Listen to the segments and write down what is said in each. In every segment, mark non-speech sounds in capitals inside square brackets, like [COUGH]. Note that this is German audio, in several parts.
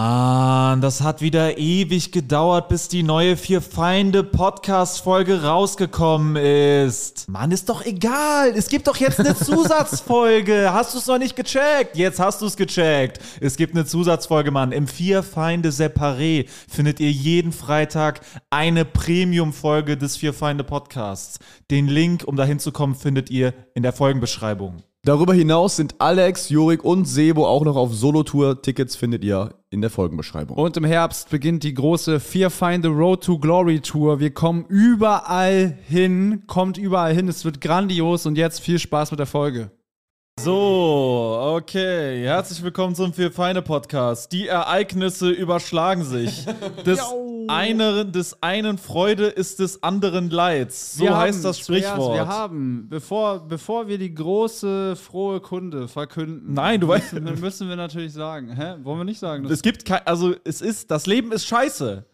Mann, das hat wieder ewig gedauert, bis die neue Vier Feinde Podcast Folge rausgekommen ist. Mann, ist doch egal. Es gibt doch jetzt eine Zusatzfolge. Hast du es noch nicht gecheckt? Jetzt hast du es gecheckt. Es gibt eine Zusatzfolge, Mann. Im Vier Feinde Separé findet ihr jeden Freitag eine Premium Folge des Vier Feinde Podcasts. Den Link, um dahin zu kommen, findet ihr in der Folgenbeschreibung. Darüber hinaus sind Alex, Jurik und Sebo auch noch auf Solo-Tour. Tickets findet ihr in der Folgenbeschreibung. Und im Herbst beginnt die große Fear Find the Road to Glory Tour. Wir kommen überall hin, kommt überall hin. Es wird grandios und jetzt viel Spaß mit der Folge. So, okay. Herzlich willkommen zum Vier Feine Podcast. Die Ereignisse überschlagen [LAUGHS] sich. Des, einen, des einen Freude ist des anderen Leids. So Wir heißt haben- das Andreas, also Sprichwort. Wir haben, bevor, bevor wir die große frohe Kunde verkünden, Nein, du weißt- müssen, müssen wir natürlich sagen, hä? Wollen wir nicht sagen, dass- es gibt kein, also es ist, das Leben ist scheiße.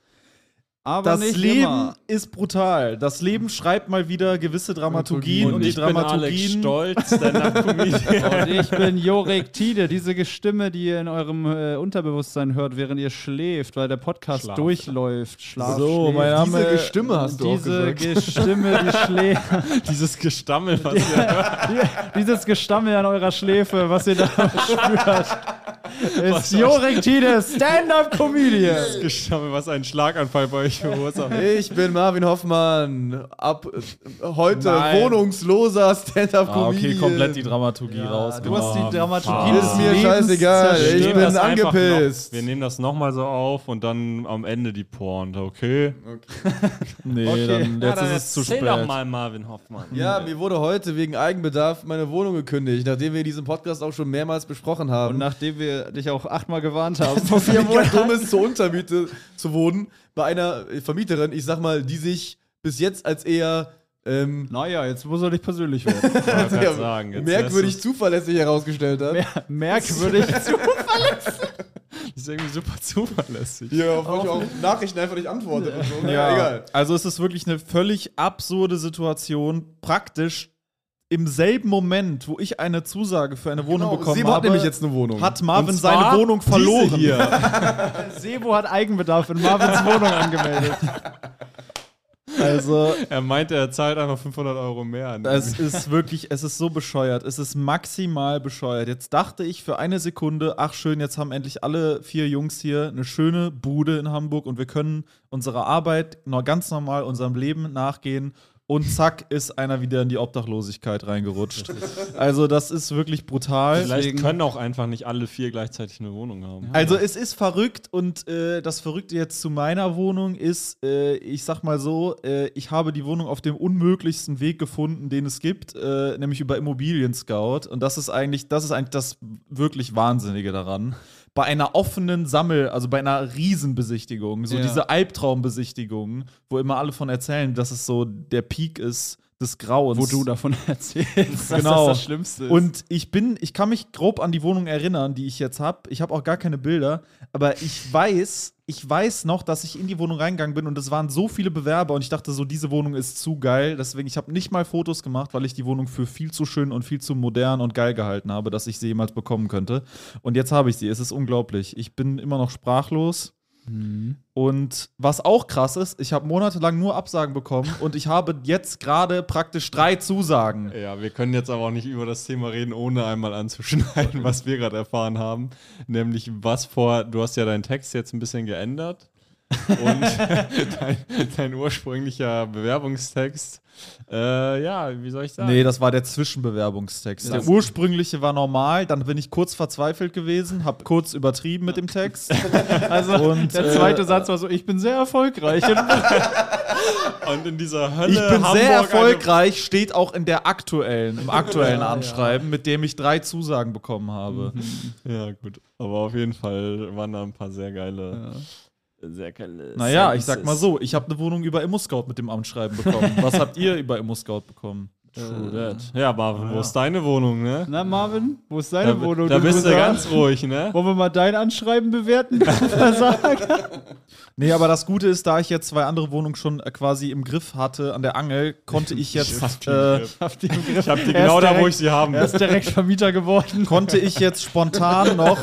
aber Das nicht Leben immer. ist brutal. Das Leben schreibt mal wieder gewisse Dramaturgien und, die ich bin Alex Dramaturgien. Stolz, Stand-up-Comedian. Und ich bin Jorek Tide, diese Stimme, die ihr in eurem äh, Unterbewusstsein hört, während ihr schläft, weil der Podcast Schlaft. durchläuft. Schlaf, So, schläft. mein Name- Diese Stimme hast du auch Diese gesagt. Ge- Stimme, die schläft. [LAUGHS] Dieses Gestammel, was ihr Dieses Gestammel an eurer Schläfe, was ihr [LAUGHS] da spürt, ist Jorek Tide, Stand-Up-Comedian. Gestammel, was einen Schlaganfall bei euch verursacht. Ich bin Marvin Hoffmann. Ab äh, heute Nein. wohnungsloser Ah, Stand-up-Comedian. okay, komplett äh, die Dramaturgie raus. Du hast die Dramaturgie fuck. des Ist mir Lebens scheißegal. zerstört. Ich genau. Wir nehmen bin das einfach angepisst. Noch, wir nehmen das nochmal so auf und dann am Ende die Pointe, okay? nee, Okay. dann, jetzt ist es zu erzähl spät. doch mal Marvin Hoffmann. Ja, mir wurde heute wegen Eigenbedarf meine Wohnung gekündigt, nachdem wir diesen Podcast auch schon mehrmals besprochen haben. [LAUGHS] Und nachdem wir dich auch achtmal gewarnt [LAUGHS] haben, vor Wie vier ganz dumm Monaten. ist, um zur Untermiete zu wohnen bei einer Vermieterin, ich sag mal, die sich bis jetzt als eher ähm, Naja, jetzt muss er nicht persönlich [LAUGHS] werden. Ich wollte sehr grad sagen, jetzt merkwürdig wärst zuverlässig herausgestellt hat. Merkwürdig. du- Ist irgendwie super zuverlässig. Ja, wo ich auch Nachrichten einfach nicht antwortet. und so. ne? Ja, egal. also es ist wirklich eine völlig absurde Situation. Praktisch im selben Moment, wo ich eine Zusage für eine Wohnung Genau, bekommen Sebo hat habe, nämlich jetzt eine Wohnung. hat Marvin Und zwar seine Wohnung diese verloren. Hier. Sebo hat Eigenbedarf in Marvins Wohnung angemeldet. [LAUGHS] Also [LAUGHS] Er meinte, er zahlt einfach 500 Euro mehr. an. es ist wirklich, es ist so bescheuert. Es ist maximal bescheuert. Jetzt dachte ich für eine Sekunde, ach schön, jetzt haben endlich alle vier Jungs hier eine schöne Bude in Hamburg und wir können unserer Arbeit noch ganz normal unserem Leben nachgehen. Und zack, ist einer wieder in die Obdachlosigkeit reingerutscht. Also, das ist wirklich brutal. Vielleicht können auch einfach nicht alle vier gleichzeitig eine Wohnung haben. Also es ist verrückt und äh, das Verrückte jetzt zu meiner Wohnung ist, äh, ich sag mal so, äh, ich habe die Wohnung auf dem unmöglichsten Weg gefunden, den es gibt, äh, nämlich über Immobilien Scout. Und das ist eigentlich, das ist eigentlich das wirklich Wahnsinnige daran. Bei einer offenen Sammel, also bei einer Riesenbesichtigung, so Ja. diese Albtraumbesichtigung, wo immer alle von erzählen, dass es so der Peak ist des Grauens. Wo du davon erzählst, dass Genau. das das Schlimmste ist. Und ich bin, ich kann mich grob an die Wohnung erinnern, die ich jetzt habe. Ich habe auch gar keine Bilder, aber ich weiß, ich weiß noch, dass ich in die Wohnung reingegangen bin und es waren so viele Bewerber und ich dachte so, diese Wohnung ist zu geil. Deswegen, ich habe nicht mal Fotos gemacht, weil ich die Wohnung für viel zu schön und viel zu modern und geil gehalten habe, dass ich sie jemals bekommen könnte. Und jetzt habe ich sie. Es ist unglaublich. Ich bin immer noch sprachlos. Und was auch krass ist, ich habe monatelang nur Absagen bekommen und ich habe jetzt gerade praktisch drei Zusagen. Ja, wir können jetzt aber auch nicht über das Thema reden, ohne einmal anzuschneiden, was wir gerade erfahren haben. Nämlich, was vor, du hast ja deinen Text jetzt ein bisschen geändert. [LAUGHS] und dein, dein ursprünglicher Bewerbungstext, äh, ja, wie soll ich sagen? Nee, das war der Zwischenbewerbungstext. Der Das- ursprüngliche war normal, dann bin ich kurz verzweifelt gewesen, hab kurz übertrieben mit dem [LAUGHS] Text. also, und, der zweite äh, Satz war so: Ich bin sehr erfolgreich. Und in dieser Hölle. Ich bin Hamburg sehr eine- erfolgreich, steht auch in der aktuellen, im [LAUGHS] aktuellen Anschreiben, mit dem ich drei Zusagen bekommen habe. Ja, gut. Aber auf jeden Fall waren da ein paar sehr geile. Sehr geile. Naja, ich Sentences. sag mal so, ich habe eine Wohnung über ImmoScout mit dem Anschreiben bekommen. Was habt ihr über ImmoScout bekommen? True that. Ja, Ah, Marvin, wo ist deine Wohnung, ne? [LAUGHS] Na, Marvin, wo ist deine Da, Wohnung? da bist du Loser? ganz [LAUGHS] ruhig, Äh, ne? Wollen wir mal dein Anschreiben bewerten? du Versager? Nee, aber das Gute ist, da ich jetzt zwei andere Wohnungen schon äh, quasi im Griff hatte, an der Angel, [LAUGHS] konnte ich jetzt äh, Habt ihr im Griff? Ich hab die Er genau ist da, wo direkt- ich sie haben Er ist direkt Vermieter geworden. konnte ich jetzt spontan noch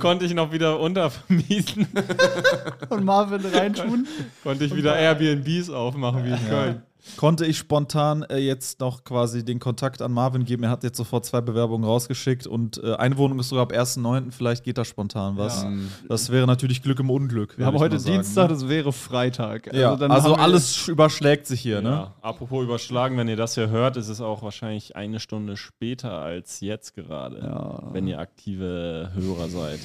Konnte ich noch wieder untervermieten. [LAUGHS] Und Marvin reintun. Konnte ich wieder Airbnbs aufmachen wie in Köln. Konnte ich spontan äh, jetzt noch quasi den Kontakt an Marvin geben. Er hat jetzt sofort zwei Bewerbungen rausgeschickt und äh, eine Wohnung ist sogar ab 1.9. Vielleicht geht da spontan was. Das wäre natürlich Glück im Unglück. Mhm. Wir würd haben ich heute mal sagen, Dienstag, ne? das wäre Freitag. Ja, also, dann haben wir- alles sch- überschlägt sich hier, ne? Ja. Apropos überschlagen, wenn ihr das hier hört, ist es auch wahrscheinlich eine Stunde später als jetzt gerade, wenn ihr aktive Hörer seid.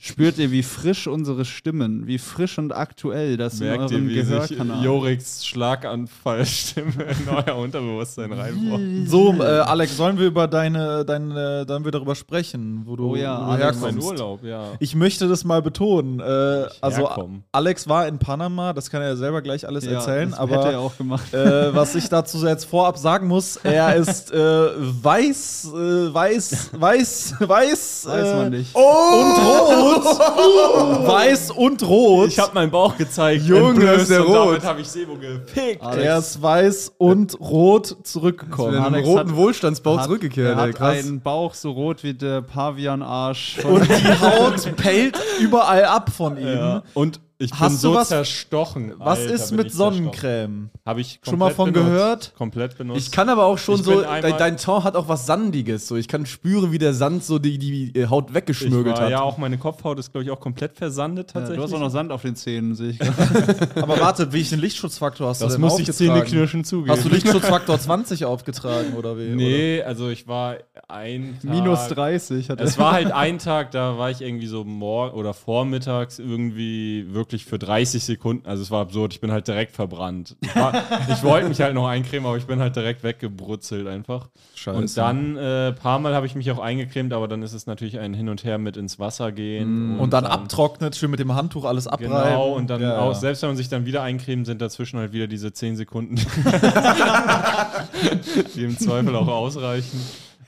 Spürt ihr, wie frisch unsere Stimmen, wie frisch und aktuell das Merkt in eurem ihr, wie sich Gehörkanal Joriks Schlaganfallstimme in euer Unterbewusstsein reinbohrt? So, äh, Alex, sollen wir über deine, deine, sollen wir darüber sprechen, wo du, Oh ja, wo du Alex, Mein herkommst? Urlaub, ja. Ich möchte das mal betonen. Äh, also, herkomme. Alex war in Panama, das kann er ja selber gleich alles Ja, erzählen, das aber hätte er auch gemacht. äh, was ich dazu jetzt vorab sagen muss, er ist äh, weiß, äh, weiß, weiß, weiß, Weiß äh, man nicht. und [LAUGHS] rot. weiß und rot. Ich habe meinen Bauch gezeigt. Junge, entblößt, ist der und rot. Ah. Damit habe ich Sebo gepickt. er ist weiß und rot zurückgekommen. Mit einem Alex roten hat- Wohlstandsbauch Hat- zurückgekehrt, Er ey, hat krass. einen Bauch so rot wie der Pavian-Arsch. von- Und die Haut pellt überall ab von ihm. Ja. Und ich bin Hast du so was- zerstochen. Was Alter, ist bin mit ich zerstochen. Sonnencreme? Hab ich Schon mal komplett von benutzt. gehört? Komplett benutzt. Ich kann aber auch schon Ich so, bin dein, einmal- dein Ton hat auch was Sandiges. So. Ich kann spüren, wie der Sand so die, die äh, Haut ich weggeschmürgelt war, hat. Ja, auch meine Kopfhaut ist, glaube ich, auch komplett versandet Ja, du tatsächlich. hast auch noch Sand auf den Zähnen, sehe ich gerade. [LAUGHS] Aber warte, welchen Lichtschutzfaktor hast du das denn muss ich aufgetragen? zähneknirschen zugeben. Hast du Lichtschutzfaktor 20 aufgetragen oder wie? Nee, also ich war ein Tag. Minus 30 hat Es war halt ein Tag, da war ich irgendwie so morgen oder vormittags irgendwie wirklich für 30 Sekunden. Also es war absurd, ich bin halt direkt verbrannt. Ich, war- ich wollte mich halt noch eincremen, aber ich bin halt direkt weggebrutzelt einfach. Scheiße. Und dann äh, ein paar Mal habe ich mich auch eingecremt, aber dann ist es natürlich ein Hin und Her mit ins Wasser gehen. Und dann abtrocknet, schön mit dem Handtuch alles abreiben. Genau, und dann Ja, auch, ja. selbst wenn man sich dann wieder eincremt, sind dazwischen halt wieder diese [LAUGHS] 10 Sekunden, die im Zweifel auch ausreichen.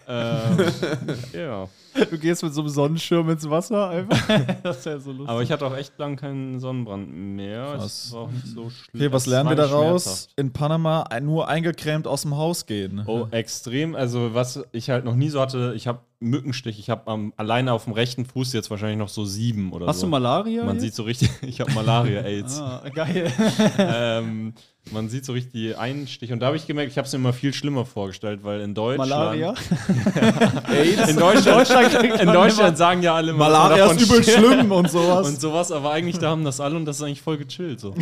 Ähm, [LAUGHS] ja. Genau. Du gehst mit so einem Sonnenschirm ins Wasser einfach. das ist ja so lustig. Aber ich hatte auch echt lang keinen Sonnenbrand mehr. Krass. Es war auch nicht so schlimm. Okay, was Es lernen war wir nicht daraus? schmerzhaft. In Panama ein- nur eingecremt aus dem Haus gehen. Oh, extrem. Also, was ich halt noch nie so hatte, ich habe Mückenstich. Ich habe am- alleine auf dem rechten Fuß jetzt wahrscheinlich noch so sieben oder Hast so. du Malaria? Man sieht so richtig, [LAUGHS] ich habe Malaria, AIDS. Ah, geil. [LAUGHS] ähm, man sieht so richtig die Einstiche. Und da habe ich gemerkt, ich habe es mir immer viel schlimmer vorgestellt, weil in Deutschland. [LAUGHS] Malaria? In Deutschland, in Deutschland sagen ja alle immer, dass man davon stirbt schlimm und sowas. Und sowas, aber eigentlich da haben das alle und das ist eigentlich voll gechillt so.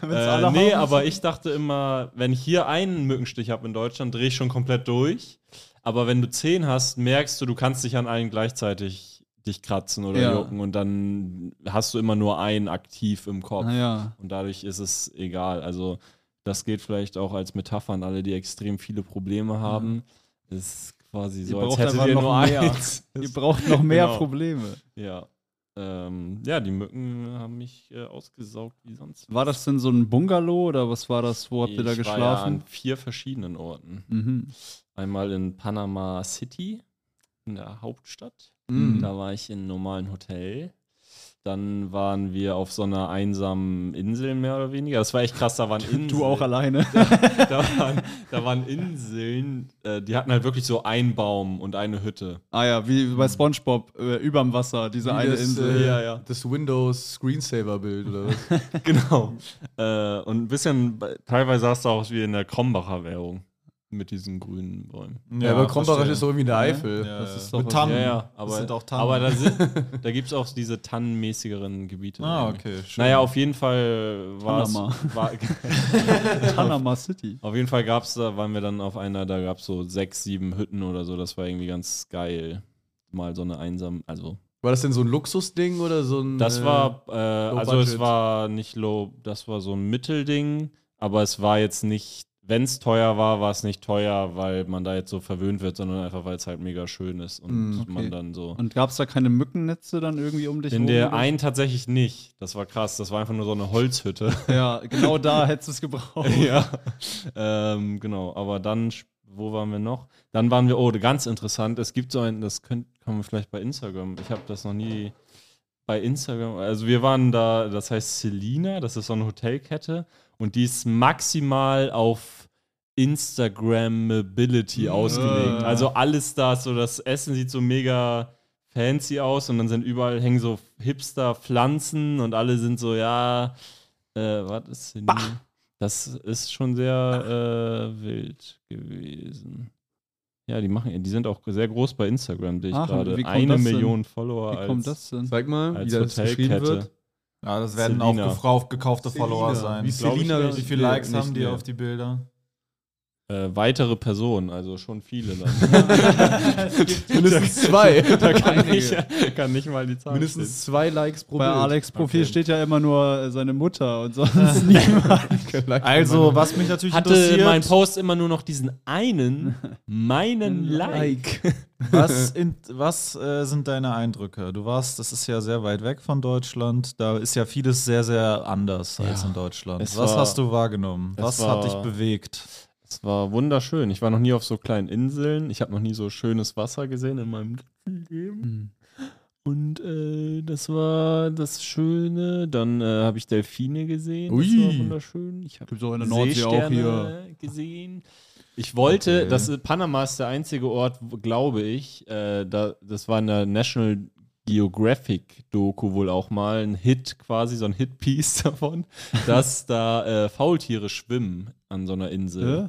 alle äh, nee, haben, aber ich dachte immer, wenn ich hier einen Mückenstich habe in Deutschland, drehe ich schon komplett durch. Aber wenn du zehn hast, merkst du, du kannst dich an allen gleichzeitig dich kratzen oder Ja. jucken und dann hast du immer nur einen aktiv im Kopf. Naja. Und dadurch ist es egal. Also das geht vielleicht auch als Metapher an alle, die extrem viele Probleme haben. Ist quasi so, als braucht hättet einfach ihr noch nur mehr. eins. Ihr braucht noch mehr Genau. Probleme. [LAUGHS] Ja. Ähm, ja, die Mücken haben mich äh, ausgesaugt wie sonst. War das denn so ein Bungalow oder was war das? Wo habt ihr Ich da War ja an geschlafen? vier verschiedenen Orten. Mhm. Einmal in Panama City, in der Hauptstadt. Mm. Da war ich in einem normalen Hotel. Dann waren wir auf so einer einsamen Insel, mehr oder weniger. Das war echt krass, da waren Inseln. Du auch alleine. [LAUGHS] [LAUGHS] da, waren, da waren Inseln, äh, die hatten halt wirklich so einen Baum und eine [LAUGHS] Hütte. ah ja, wie bei Mhm. Spongebob, äh, überm Wasser, diese Wie eine das, Insel. Äh, Ja, ja. Das Windows Screensaver-Bild oder was? Genau. äh, und ein bisschen, teilweise sah es da auch wie in der Krombacher Währung mit diesen grünen Bäumen. ja, aber Krombach ist doch irgendwie in der Eifel. Ja, Das ist ja. doch Mit was- Tannen. Ja, ja, aber, das sind auch Tannen. aber da, sind- [LAUGHS] da gibt es auch diese tannenmäßigeren Gebiete. ah, okay. Schön. Naja, auf jeden Fall war es. Panama. [LAUGHS] War, Panama City. auf jeden Fall gab es da, waren wir dann auf einer, da gab es so sechs, sieben Hütten oder so. Das war irgendwie ganz geil. Mal so eine einsam, also War das denn so ein Luxusding oder so ein. Das äh, war, äh, also es budget. war nicht low, das war so ein Mittelding, aber es war jetzt nicht, wenn es teuer war, war es nicht teuer, weil man da jetzt so verwöhnt wird, sondern einfach, weil es halt mega schön ist und Mm, man dann so. Und gab es da keine Mückennetze dann irgendwie um dich In der oder? einen tatsächlich nicht. Das war krass. Das war einfach nur so eine Holzhütte. Ja, genau da hättest [LAUGHS] du es [LAUGHS] gebraucht. ja. Ähm, genau. Aber dann, sp- wo waren wir noch? Dann waren wir, oh, ganz interessant. Es gibt so ein, das könnt, können wir vielleicht bei Instagram. Ich habe das noch nie bei Instagram. Also wir waren da, das heißt Selina, das ist so eine Hotelkette und die ist maximal auf Instagrammability ausgelegt. Also alles da ist so, das Essen sieht so mega fancy aus und dann sind überall hängen so hipster Pflanzen und alle sind so, ja, äh, was ist denn hier? Das ist schon sehr äh, wild gewesen. Ja, die machen, die sind auch sehr groß bei Instagram, sehe ich Ach, und wie gerade. kommt Eine das denn? Million Follower Wie kommt als, das denn? Zeig mal, als wie das geschrieben Hotelkette. wird. Ja, das werden Selina. auch gefra- gekaufte Selina. Follower sein. Wie Glaub ich Selina, nicht. Wie viele Likes haben die mehr. auf die Bilder? Äh, weitere Personen, also schon viele dann. [LAUGHS] Mindestens zwei. da kann Einige. ich, kann nicht mal die Zahl stehen. Mindestens zwei Likes pro Bei Bild. Alex Profil Okay. steht ja immer nur äh, seine Mutter und sonst niemand. Also, was mich natürlich Hatte interessiert, mein Post immer nur noch diesen [LAUGHS] einen, meinen Like. [LAUGHS] was, in, was äh, sind deine Eindrücke? Du warst, das ist ja sehr weit weg von Deutschland, da ist ja vieles sehr, sehr anders als Ja, in Deutschland. es Was war- hast du wahrgenommen? es Was hat dich war- [LAUGHS] bewegt? Es war wunderschön. Ich war noch nie auf so kleinen Inseln. Ich habe noch nie so schönes Wasser gesehen in meinem ganzen Leben. Hm. Und äh, das war das Schöne. Dann äh, habe ich Delfine gesehen. Das Ui. war wunderschön. Ich habe Gibt's auch in Seesterne gesehen. Ich wollte, Okay. das ist, Panama ist der einzige Ort, wo- glaube ich, äh, da, das war in der National Geographic Doku wohl auch mal ein Hit quasi, so ein Hit-Piece [LAUGHS] davon, dass da äh, Faultiere schwimmen an so einer Insel. Hä?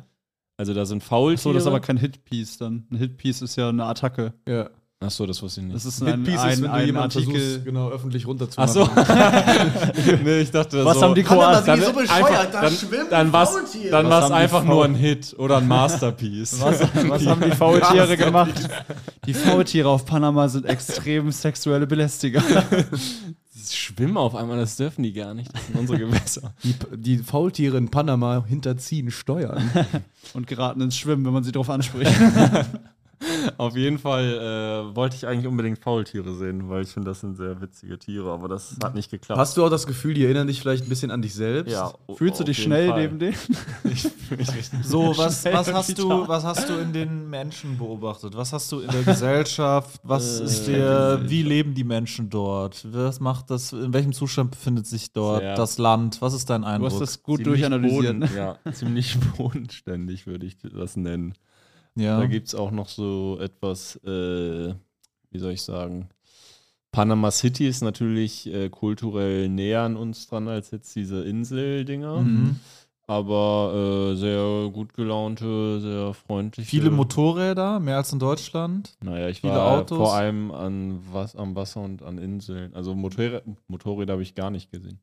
Also da sind Faultiere. Achso, das ist aber kein Hitpiece dann. Ein Hitpiece ist ja eine Attacke. Ja. Ach so, das wusste ich nicht. Das ist ein, Hitpiece ist, ein, wenn du ein jemanden Artikel. versuchst, genau, öffentlich Ach runterzumachen. so. [LAUGHS] nee, ich dachte, das Was so. haben die Koalas? Dann, Dann- so einfach, dann, dann war's, dann Was war's haben die einfach Faul- nur ein Hit [LAUGHS] oder ein Masterpiece. Was, [LAUGHS] was haben die Faultiere gemacht? Die Faultiere auf Panama sind extrem sexuelle Belästiger. [LAUGHS] Die schwimmen auf einmal, das dürfen die gar nicht. Das sind [LAUGHS] unsere Gewässer. Die, die Faultiere in Panama hinterziehen Steuern. Und geraten ins Schwimmen, wenn man sie drauf anspricht. auf jeden Fall äh, wollte ich eigentlich unbedingt Faultiere sehen, weil ich finde, das sind sehr witzige Tiere, aber das hat nicht [LAUGHS] geklappt. Hast du auch das Gefühl, die erinnern dich vielleicht ein bisschen an dich selbst? Ja, o- Fühlst du Oh, auf dich jeden schnell Fall. neben dem? Ich fühl mich richtig So, was, schnell was, und hast du, vital. was hast du in den Menschen beobachtet? Was hast du in der Gesellschaft? Was Äh, ist dir, wie leben die Menschen dort? Was macht das, in welchem Zustand befindet sich dort Sehr. das Land? Was ist dein Du Eindruck? hast das gut Ziemlich durchanalysiert. ne? [LAUGHS] Boden, ja, ziemlich bodenständig würde ich das nennen. ja. Da gibt es auch noch so etwas, äh, wie soll ich sagen, Panama City ist natürlich äh, kulturell näher an uns dran als jetzt diese Insel-Dinger. mhm. Aber äh, sehr gut gelaunte, sehr freundliche. Viele Motorräder, mehr als in Deutschland. Naja, ich viele war Autos. vor allem an was, am Wasser und an Inseln. Also Motorrä Motorräder habe ich gar nicht gesehen.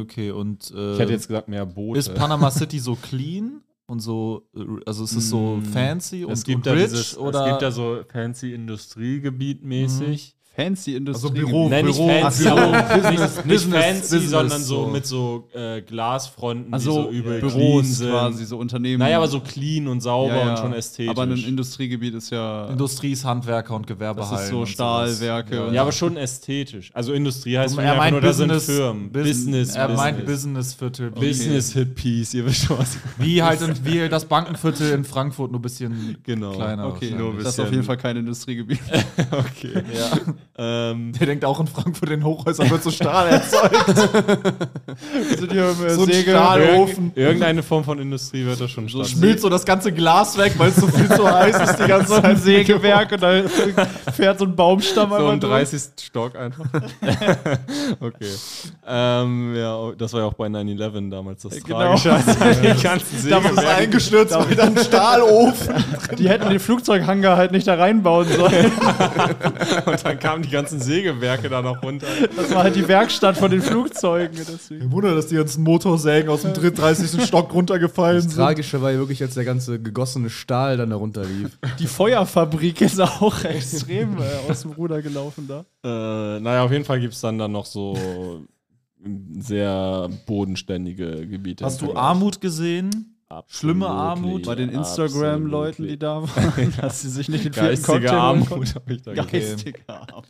Okay, und äh, Ich hätte jetzt gesagt, mehr Boote. ist Panama City so clean und so, äh, also ist es so Mm, fancy und, es gibt und da rich? dieses, oder es gibt da so fancy Industriegebiet Mhm. mäßig. Fancy Industrie. Also Büro. Nein, nicht Büro, fancy, Büro, aber Business, [LAUGHS] nicht, nicht Business, fancy, Business, sondern so so. mit so äh, Glasfronten, Also die so übel clean Büros sind. quasi, so Unternehmen. Naja, aber so clean und sauber Ja, ja. und schon ästhetisch. Aber ein Industriegebiet ist ja. Industrie ist Handwerker und Gewerbehallen. das ist so und sowas. Um, Stahlwerke. und- ja, aber schon ästhetisch. Also Industrie heißt für mich Er einfach meint nur, da sind Business, Firmen. Business, er meint Business. Businessviertel. Business Hippies, ihr wisst schon was. Wie halt in, wie das Bankenviertel in Frankfurt nur ein bisschen Genau. kleiner. Okay, wahrscheinlich. nur das ist auf bisschen- jeden Fall kein Industriegebiet. Okay. Ähm, Der denkt auch in Frankfurt in Hochhäusern wird so Stahl [LAUGHS] erzeugt. so Also ein Segel- Irgend, irgendeine Form von Industrie wird da schon so Schmilzt so das ganze Glas weg, weil es so viel [LAUGHS] zu heiß ist. Die ganze so ein Sägewerk und da fährt so ein Baumstamm So einmal im durch. 30. Stock einfach. [LAUGHS] okay. Ähm, ja, das war ja auch bei 9-11 damals das Genau. Tragische. [LAUGHS] Die ganzen Segel werden- eingestürzt mit einem Stahlofen. Die hätten den Flugzeughanger halt nicht da reinbauen [LAUGHS] sollen. und dann kamen die ganzen Sägewerke da noch runter. Das war halt die Werkstatt von den Flaugen. Flugzeugen. Deswegen. Wunder, dass die ganzen Motorsägen aus dem 30. Stock runtergefallen Das Tragische war ja wirklich, als der ganze gegossene Stahl dann darunter [LAUGHS] lief. Die Feuerfabrik ist auch [LAUGHS] extrem äh, aus dem Ruder gelaufen da. Äh, naja, auf jeden Fall gibt es dann, dann noch so ähm, sehr bodenständige Gebiete. Hast du Armut gesehen? Absolut. schlimme Armut? Bei den Instagram-Leuten, die da waren, [LAUGHS] dass sie sich nicht den vierten Geistige Cocktail holen konnten. Armut habe ich da gesehen. Geistige Armut.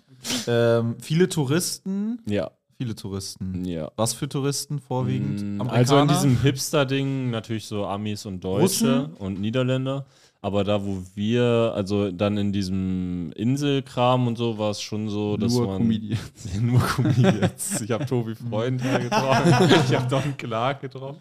Ähm, viele Touristen. Ja, Viele Touristen. ja. Was für Touristen vorwiegend? Hm. Mm, Amerikaner? Also in diesem Hipster-Ding natürlich so Amis und Deutsche Russen? und Niederländer. Aber da, wo wir, also dann in diesem Inselkram und so, war es schon so, dass Nur man. [LAUGHS] [LAUGHS] Comedians. Nur Comedians. Ich habe Tobi Freund [LAUGHS] da getroffen. Ich habe Don Clark getroffen.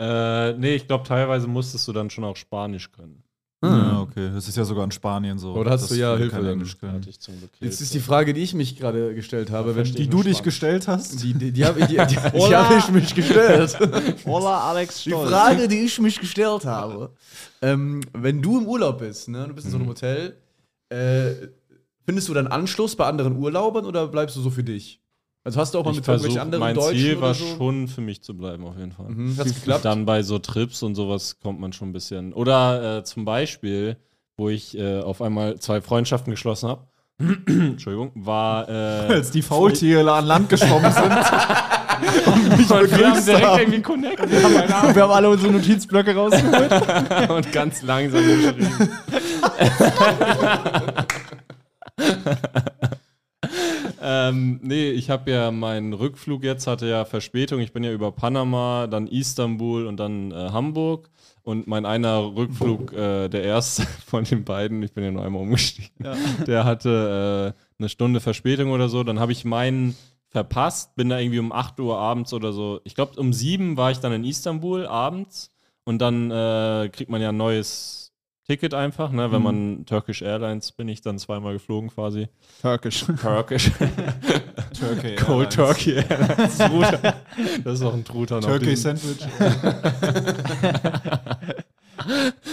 Äh, nee, ich glaube, teilweise musstest du dann schon auch Spanisch können. Ja, okay. Das ist ja sogar in Spanien so. Hm. Oder hast dass du ja viele Hilfe kein dann? Englisch können. Hatte ich zum Glück. Mhm. Jetzt ist die Frage, die ich mich gerade gestellt habe, wenn verstehe die Die du dich gestellt hast? die, die, die habe die, die, die Hola. hab ich mich gestellt. Hola, Alex Die Frage, die ich mich gestellt habe, ähm, wenn du im Urlaub bist, ne, du bist in Mhm. so einem Hotel, äh, findest du dann Anschluss bei anderen Urlaubern oder bleibst du so für dich? Also hast du auch mal ich mit irgendwelchen versuch, anderen mein Deutschen Ziel oder war so? schon, für mich zu bleiben, auf jeden Fall. Mhm, hat's geklappt? Dann bei so Trips und sowas kommt man schon ein bisschen. Oder äh, zum Beispiel, wo ich äh, auf einmal zwei Freundschaften geschlossen habe. [CLEARS THROAT] Entschuldigung, war. Äh, Als die Faultiere an Land [LAUGHS] geschwommen sind. und [LAUGHS] wir haben direkt irgendwie connected. Wir haben einen Abend Wir haben alle unsere Notizblöcke rausgeholt. [LAUGHS] und ganz langsam geschrieben. ähm, nee, ich habe ja meinen Rückflug jetzt, hatte ja Verspätung. Ich bin ja über Panama, dann Istanbul und dann äh, Hamburg. Und mein einer Rückflug, äh, der erste [LAUGHS] von den beiden, ich bin ja nur einmal umgestiegen, [LAUGHS] der hatte äh, eine Stunde Verspätung oder so. Dann habe ich meinen verpasst, bin da irgendwie um 8 Uhr abends oder so. Ich glaube, um 7 war ich dann in Istanbul abends. Und dann äh, kriegt man ja ein neues Ticket einfach, ne? Wenn man Turkish Airlines bin ich dann zweimal geflogen quasi. Türkisch. [LAUGHS] Turkish. Turkey. Cold Turkey Airlines. Truthahn. Das ist auch ein Truthahn. auf Turkey diesem- Sandwich.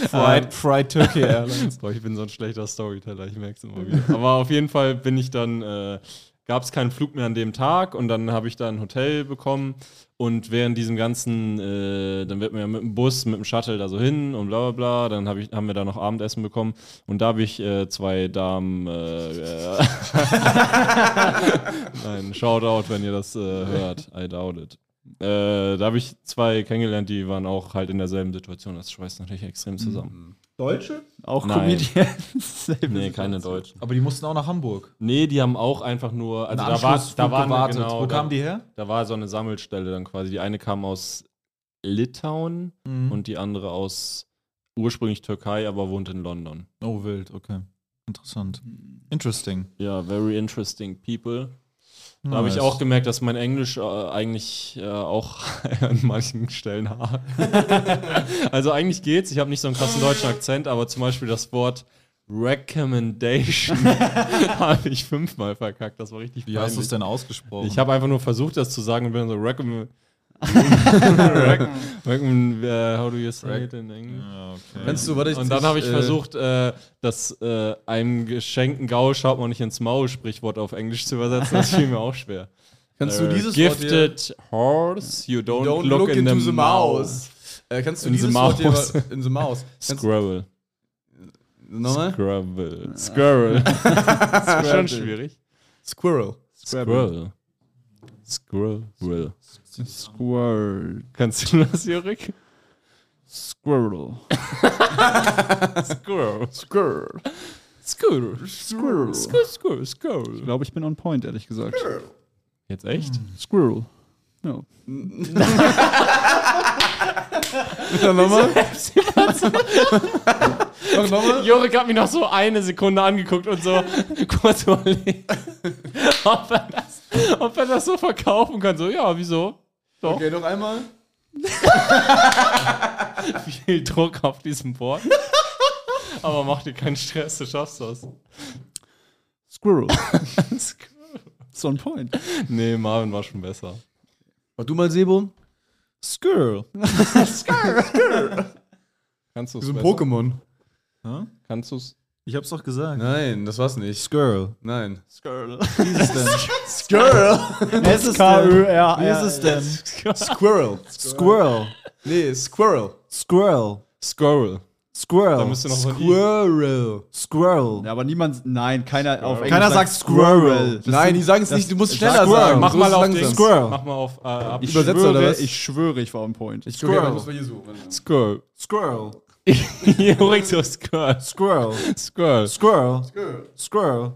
fried, fried [LAUGHS] Turkey Airlines. Boah, ich bin so ein schlechter Storyteller, ich merke es immer wieder. Aber auf jeden Fall bin ich dann, äh, gab es keinen Flug mehr an dem Tag und dann habe ich da ein Hotel bekommen und während diesem ganzen, äh, dann wird man ja mit dem Bus, mit dem Shuttle da so hin und bla bla bla, dann hab ich, haben wir da noch Abendessen bekommen und da habe ich äh, zwei Damen, äh, äh, [LAUGHS] nein, Shoutout, wenn ihr das äh, hört, I doubt it. Äh, da habe ich zwei kennengelernt, die waren auch halt in derselben Situation. Das schweißt natürlich extrem zusammen. Deutsche? Auch [LAUGHS] Nein. Comedians. Nee, keine Deutschen. Aber die mussten auch nach Hamburg. Nee, die haben auch einfach nur, also da war, Anschlussflug da war gewartet. Genau, Wo da, kamen die her? da war so eine Sammelstelle dann quasi. Die eine kam aus Litauen Mhm. und die andere aus ursprünglich Türkei, aber wohnt in London. Oh, wild, okay. Interessant. Hm. Interesting. Ja, very interesting people. Da habe ich auch gemerkt, dass mein Englisch äh, eigentlich äh, auch [LAUGHS] an manchen [LAUGHS] Stellen hart. also eigentlich geht's. Ich habe nicht so einen krassen deutschen Akzent, aber zum Beispiel das Wort [LAUGHS] Recommendation [LAUGHS] habe ich fünfmal verkackt. Das war richtig Wie hast du peinlich. es denn ausgesprochen? Ich habe einfach nur versucht, das zu sagen und bin dann so um, recommend. [LAUGHS] recommend äh, how do you say it in English? Ja, okay. Kannst du, warte, Und dann habe ich äh, versucht, äh, das äh, einem geschenkten Gaul schaut man nicht ins Maul Sprichwort auf Englisch zu übersetzen. Das fiel mir auch [LAUGHS] schwer. Kannst du Äh, dieses Wort Gifted horse, you don't, hier, Don't look, in the, mouth. mouse. Äh, kannst du In the dieses Wort hier äh, mouse. mal- in the mouse? Kannst, Scrabble. [LAUGHS] nochmal? Scrabble. [LAUGHS] Scrabble. Ist Schon schwierig. Squirrel. Scrabble. Scrabble. Squirrel. Kannst du das, Jörg? Squirrel. Scrabble. Squirrel. Scrabble. Squirrel. Ich Skur, skur, skur. glaube, ich bin on point, ehrlich gesagt. Jetzt echt? Squirrel. Dann nochmal? Mach nochmal. Jorik hat mich noch so eine Sekunde angeguckt und [LAUGHS] so kurz überlegt, ob er, das, ob er das so verkaufen kann. So, ja, wieso? Okay, noch einmal. Viel Druck auf diesem Board. Aber mach dir keinen Stress, du schaffst das. Squirrel. It's on point. Nee, Marvin war schon besser. Mach du mal, Sebo. Skirl. Kannst du So ein Pokémon. Kannst du's? Ich hab's doch gesagt. Nein, das war's nicht. Skirl. Nein. Wie ist es denn? Squirrel. es ist K-Ö-R-R. Wie ist es denn? Squirrel. Squirrel. Nee, Squirrel. Squirrel. Squirrel. Oh, Da Squirrel. musst du noch so ein I- Squirrel. Squirrel. Ja, aber niemand, nein, keiner auf Englisch. Keiner sagt Squirrel. Nein, die sagen es nicht, du musst schneller Squirrel. sagen. Mach So mal ist auf langsam. Dings. Squirrel. Mach mal auf äh, ab. Ich Übersetzer schwöre, oder was? Ich schwöre, ich war on point. Ich Okay, dann müssen wir hier suchen. Squirrel. [LAUGHS] Squirrel. Jorik so Squirrel. Squirrel. Squirrel. Squirrel. Squirrel.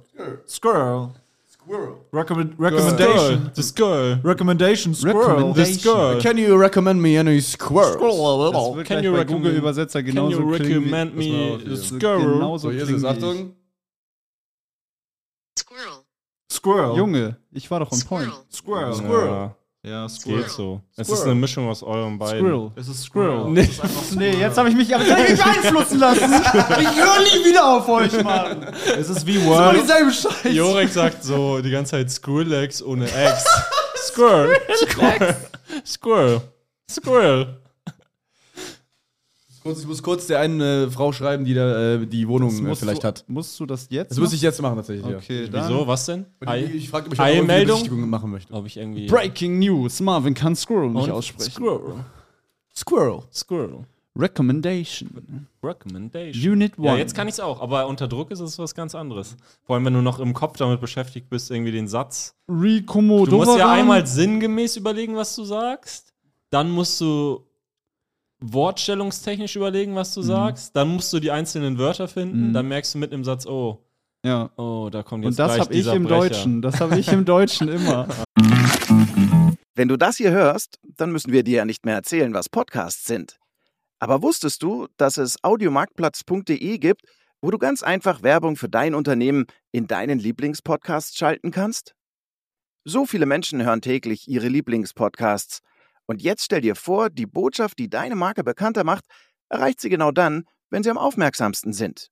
Squirrel. Squirrel. Recommend Squirrel. recommendation. The Squirrel. Recommendation. Squirrel. The Squirrel. Can you recommend me any Squirrel? das wird Oh, Can gleich you bei recommend- Google Übersetzer Can genauso you klingen wie- recommend Das war auch me the hier. Squirrel? Genauso So, hier ist klingen es. die. Achtung. Squirrel. Squirrel. Junge, ich war doch on point. Squirrel. Squirrel. Squirrel. Ja, Squirrel. Geht so. Es ist eine Mischung aus euren beiden. Squirrel. Es ist Squirrel. Nee. Es ist einfach nee, jetzt habe ich mich aber [LAUGHS] Nicht einflussen lassen! Ich höre nie wieder auf euch, Mann! Es ist wie Immer Word. dieselbe Scheiße! Jorek sagt so die ganze Zeit Skrillex ohne X. Squirrel. Squirrel. Squirrel. Squirrel. Kurz, ich muss kurz der einen äh, Frau schreiben, die da äh, die Wohnung äh, Musst vielleicht du, hat. Musst du das jetzt? Das muss ich jetzt machen, tatsächlich. ja. Okay, dann. Wieso? Was denn? Und Ich, Ei? ich fragte mich, Ei- ob Meldung? Besichtigung machen möchte. Ob ich irgendwie. Breaking News. Marvin kann Squirrel nicht Und aussprechen. Squirrel. Squirrel. Squirrel. Recommendation. Recommendation. Unit 1. Ja, jetzt kann ich es auch, aber unter Druck ist es was ganz anderes. Vor allem, wenn du noch im Kopf damit beschäftigt bist, irgendwie den Satz. Du Recommodora. musst ja einmal sinngemäß überlegen, was du sagst. Dann musst du wortstellungstechnisch überlegen, was du sagst. Dann musst du die einzelnen Wörter finden. Mhm. Dann merkst du mit im Satz, oh, Ja. oh, da kommt jetzt Und das gleich habe ich dieser im Brecher. Deutschen. Das habe ich im Deutschen [LAUGHS] immer. Wenn du das hier hörst, dann müssen wir dir ja nicht mehr erzählen, was Podcasts sind. Aber wusstest du, dass es audiomarktplatz.de gibt, wo du ganz einfach Werbung für dein Unternehmen in deinen Lieblingspodcasts schalten kannst? So viele Menschen hören täglich ihre Lieblingspodcasts. Und jetzt stell dir vor, die Botschaft, die deine Marke bekannter macht, erreicht sie genau dann, wenn sie am aufmerksamsten sind.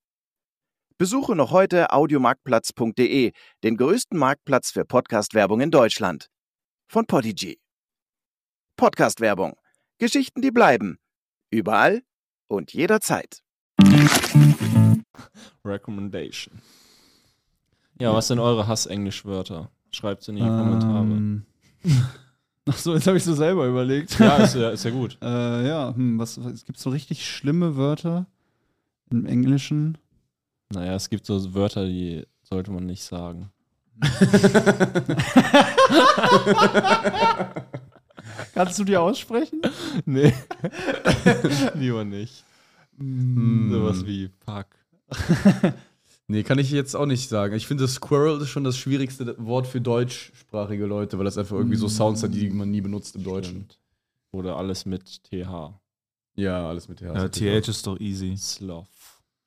Besuche noch heute audiomarktplatz.de, den größten Marktplatz für Podcast-Werbung in Deutschland von Podigy. Podcast-Werbung. Geschichten, die bleiben. Überall und jederzeit. Recommendation. Ja, was sind eure Hass-Englisch-Wörter? Schreibt sie in die Kommentare. [LAUGHS] Achso, jetzt habe ich Ähm. so selber überlegt. Ja ist, ja, ist ja gut. [LAUGHS] Äh, ja, hm, was, was gibt so richtig schlimme Wörter im Englischen? [LAUGHS] Naja, es gibt so Wörter, die sollte man nicht sagen. Kannst du die aussprechen? Nee. Lieber nicht. Sowas wie Fuck. Mm. [LAUGHS] Nee, kann ich jetzt auch nicht sagen. Ich finde, Squirrel ist schon das schwierigste Wort für deutschsprachige Leute, weil das einfach irgendwie so Sounds hat, die man nie benutzt im Deutschen. Mm. Stimmt. Oder alles mit TH. Ja, alles mit TH. Ja, TH ist doch easy. Sloth.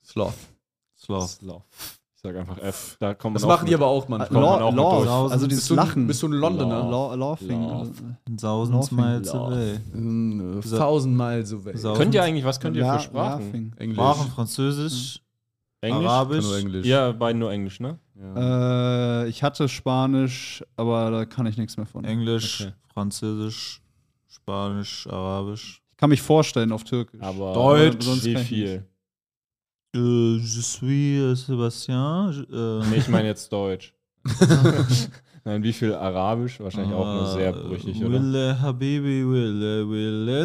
Sloth. Sloth. Sloth. Ich sag einfach F. Da kommt Das man auch machen die mit. aber auch manchmal. Law- Ah, Law, auch mit Law, durch. also dieses bist du, ein- Lachen. Bist du ein Londoner? Law, Laughing. Äh, Laugh. Thousands miles Laugh. away. Mm, Tausend Meilen so weg. Sau- Könnt ihr eigentlich, was könnt ihr La- für Sprachen? Laughing. Englisch. Sprachen Französisch, Englisch? Kann Arabisch. nur Englisch. Ja, beide nur Englisch, ne? Äh, ich hatte Spanisch, aber da kann ich nichts mehr Hm. von. Ich Englisch, Okay. Französisch, Spanisch, Arabisch. kann mich vorstellen auf Türkisch. Aber Deutsch. wie Sonst viel? Äh, je suis äh, Sébastien. je- Nee, Äh, ich meine jetzt Deutsch. Nein, wie viel Arabisch? Wahrscheinlich auch nur sehr äh, brüchig, oder? Wille Habibi, Wille, Wille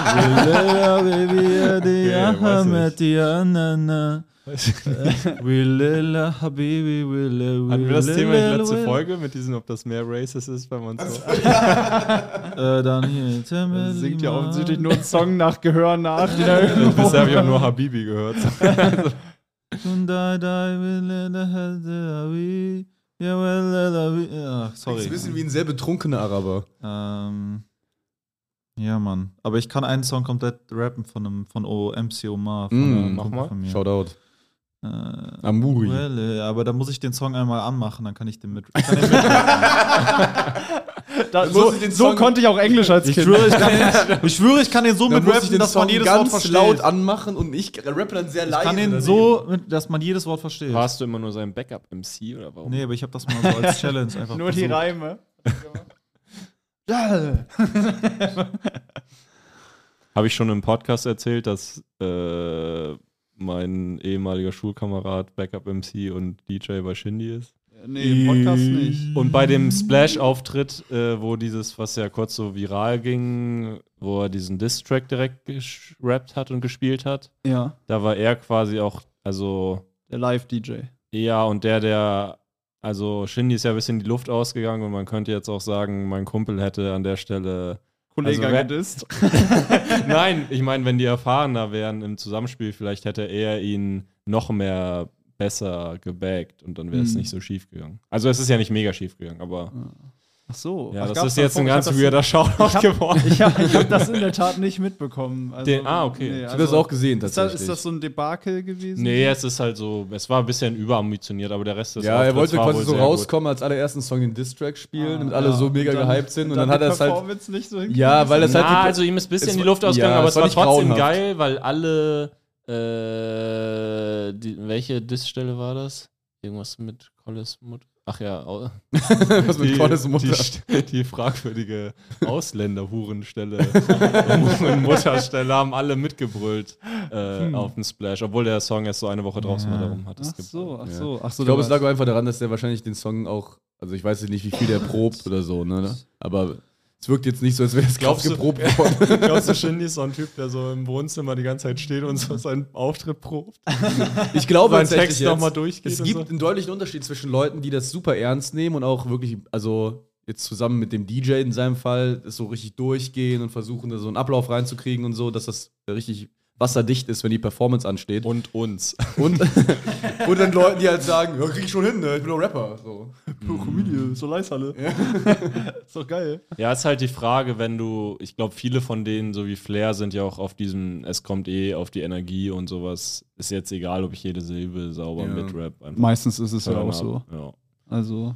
Habibi, Wille Habibi, Adi Okay, weiß ich. Ahmed, ya na na. Wille Habibi, Wille, Wille. Hatten wir das Thema in der letzten Wille. Folge mit diesem, ob das mehr racist ist, wenn man so. Äh, dann hier. Er singt ja offensichtlich nur einen Song nach Gehör nach. den er irgendwo- [LAUGHS] Bisher habe ich auch nur [LAUGHS] Habibi gehört. Hyundai, Dai, Wille, La, Hadi, Abi, Ya, Wille, La, Wi- Ach, Das ist ein sorry. bisschen wie ein sehr betrunkener Araber. Ähm, ja, Mann. Aber ich kann einen Song komplett rappen von einem von o, MC Omar. Von Mm, einem mach Kumpel mal. Von mir. Shoutout. Äh, Amuri. Welle, aber da muss ich den Song einmal anmachen, dann kann ich den mit. Ich kann den mit Da, Dann so, Also, muss ich den so Song- konnte [LAUGHS] ich auch Englisch als Kind. ich, [LAUGHS] kann den, ich schwöre, ich kann den so Dann mit muss ich rappen, den dass man Song jedes Wort ganz versteht. laut anmachen und ich rappe dann sehr ich leise. kann den daneben. so, mit, dass man jedes Wort versteht. Warst du immer nur sein Backup-MC oder warum? Nee, aber ich habe das mal so als Challenge [LAUGHS] einfach Nur die versucht. Reime. Habe ich schon im Podcast erzählt, dass äh, mein ehemaliger Schulkamerad Backup-MC und DJ bei Shindy ist? Nee, im Podcast nicht. Und bei dem Splash-Auftritt, äh, wo dieses, was ja kurz so viral ging, wo er diesen Diss-Track direkt gerappt hat und gespielt hat, Ja, da war er quasi auch, also der Live-DJ. Ja, und der, der, also Shindy ist ja ein bisschen in die Luft ausgegangen und man könnte jetzt auch sagen, mein Kumpel hätte an [LAUGHS] der Stelle. Kollege Also, [LAUGHS] wer- gedisst. Nein, ich meine, wenn die erfahrener wären im Zusammenspiel, vielleicht hätte er ihn noch mehr besser gebaggt und dann wäre es Hm. nicht so schief gegangen. Also es ist ja nicht mega schief gegangen, aber Ach so. Ja, Ach, das gab's ist da jetzt ein vor- ganz ich hab das- weirder Shoutout geworden. [LAUGHS] Ich habe ich hab das in der Tat [LAUGHS] nicht mitbekommen. Also, Den- ah, okay. Ich Ich habe das auch gesehen, Ist das, tatsächlich. ist das so ein Debakel gewesen? nee, es ist halt so, es war ein bisschen überambitioniert, aber der Rest des ja, er Auftritts wollte war quasi wohl so sehr gut. rauskommen, als allerersten Song den Distrack spielen, damit Ah, Ja, alle so mega dann- gehypt sind. Und dann, hat er die es halt. Performance nicht so Ja, weil das Na, halt. die- also ihm ist ein bisschen es die war- Luft ausgegangen, ja, aber es es war war nicht trotzdem grauenhaft. geil, weil alle äh, die, welche Diss-Stelle war das? Irgendwas mit Collis Mutter. Ach ja, au- [LAUGHS] was mit Cordes Mutter. Die, die fragwürdige Ausländer-Hurenstelle, [LAUGHS] Hurenmutterstelle haben alle mitgebrüllt äh, Hm. auf dem Splash, obwohl der Song erst so eine Woche draußen war, darum hat es Ach gebrüllt. so, ach so, ach so. halt- Ich glaube, es lag einfach daran, dass der wahrscheinlich den Song auch. Also ich weiß jetzt nicht, wie viel der probt oder so, ne? Aber es wirkt jetzt nicht so, als wäre es Glaubst du- geprobt [LAUGHS] worden. Glaubst du, Shindy ist so ein Typ, der so im Wohnzimmer die ganze Zeit steht und so seinen Auftritt probt? Ich glaube, Seinen tatsächlich Text jetzt, noch mal durchgeht Es und gibt so. einen deutlichen Unterschied zwischen Leuten, die das super ernst nehmen und auch wirklich, also jetzt zusammen mit dem DJ in seinem Fall, das so richtig durchgehen und versuchen, da so einen Ablauf reinzukriegen und so, dass das richtig wasserdicht ist, wenn die Performance ansteht. Oh. Und uns. Und, [LAUGHS] und dann Leuten, die halt sagen, ja, krieg ich schon hin, ne? ich bin doch Rapper. So. Komödie, so Leishalle. ist doch geil. [LAUGHS] Ja, ist halt die Frage, wenn du, ich glaube, viele von denen, so wie Flair, sind ja auch auf diesem, es kommt eh auf die Energie und sowas. Ist jetzt egal, ob ich jede Silbe sauber Ja. mitrap. einfach Meistens ist es ja turn auch up. so. Ja. Also,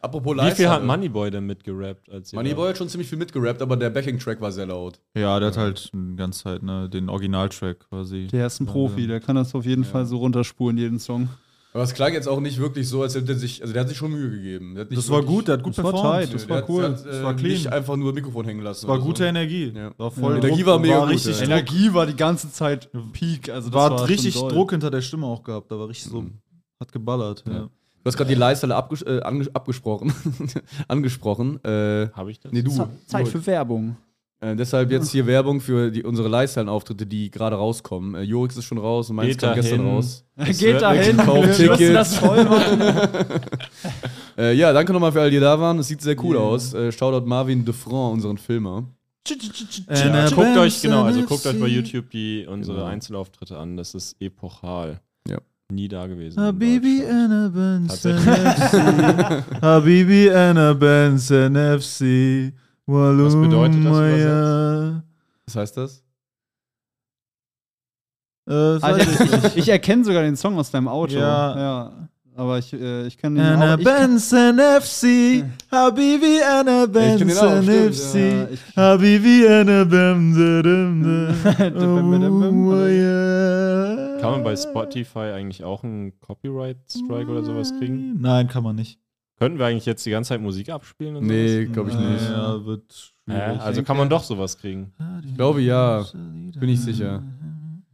Apropos Wie viel hat Leistung. Moneyboy denn mitgerappt? Als ihr Moneyboy hat schon ziemlich viel mitgerappt, aber der Backing-Track war sehr laut. Ja, der hat halt die ganze Zeit ne, den Originaltrack quasi. der ist ein Profi, der kann das auf jeden Fall so runterspulen, jeden Song. Aber es klang jetzt auch nicht wirklich so, als hätte er sich, also der hat sich schon Mühe gegeben. Der hat nicht Das war wirklich- gut, der hat gut Das war performt. tight, das halt. der war hat- cool. der Hat, äh, das war Nicht clean. einfach nur Mikrofon hängen lassen. Das war oder so. gute Energie. Ja. War voll Ja. Druck, Energie war mega gut, richtig ja. Druck, Energie war die ganze Zeit Peak. Also das war, schon richtig doll. Mhm. Druck hinter der Stimme auch gehabt. Da war richtig so, hat geballert. Ja. Du hast gerade die Leisthalle abges äh, ange abgesprochen. [LAUGHS] angesprochen. Äh, Habe ich das? nee, du. Zeit Gut. für Werbung. Äh, deshalb jetzt hier Werbung für die, unsere Leisthallen-Auftritte, die gerade rauskommen. Äh, Jorix ist schon raus und meins Geht kam gestern dahin. raus. Geht da hin, Kauft wir müssen Tickets. das voll [LAUGHS] machen. Äh, ja, danke nochmal für alle, die da waren. Es sieht sehr cool aus. Äh, Shoutout Marvin Defrant, unseren Filmer. [LAUGHS] Ja, And guckt I euch, genau, also danced guckt in euch bei the YouTube die unsere Genau. Einzelauftritte an. Das ist epochal. Ja. Nie da gewesen. in Habibi Deutschland. Anna Benson Tatsächlich. FC. Habibi Anna Benson FC. das Walumaya. Was heißt das? Äh, das Ah, weiß ich nicht. ich, ich erkenne sogar den Song aus deinem Auto. Ja. ja. Aber ich, äh, ich kann den Anna auch, ich kann- Benson FC. Habibi Anna ich kenn den auch, Benson stimmt, FC. Ja, ich- Habibi Anna [LAUGHS] Benson. Kann man bei Spotify eigentlich auch einen Copyright-Strike oder sowas kriegen? Nein, kann man nicht. Könnten wir eigentlich jetzt die ganze Zeit Musik abspielen? Und Nee, sowas? glaube ich Äh, nicht. Ja, wird Hä? schwierig. also kann man doch sowas kriegen. Ich glaube, Oh, ja. Bin ich sicher.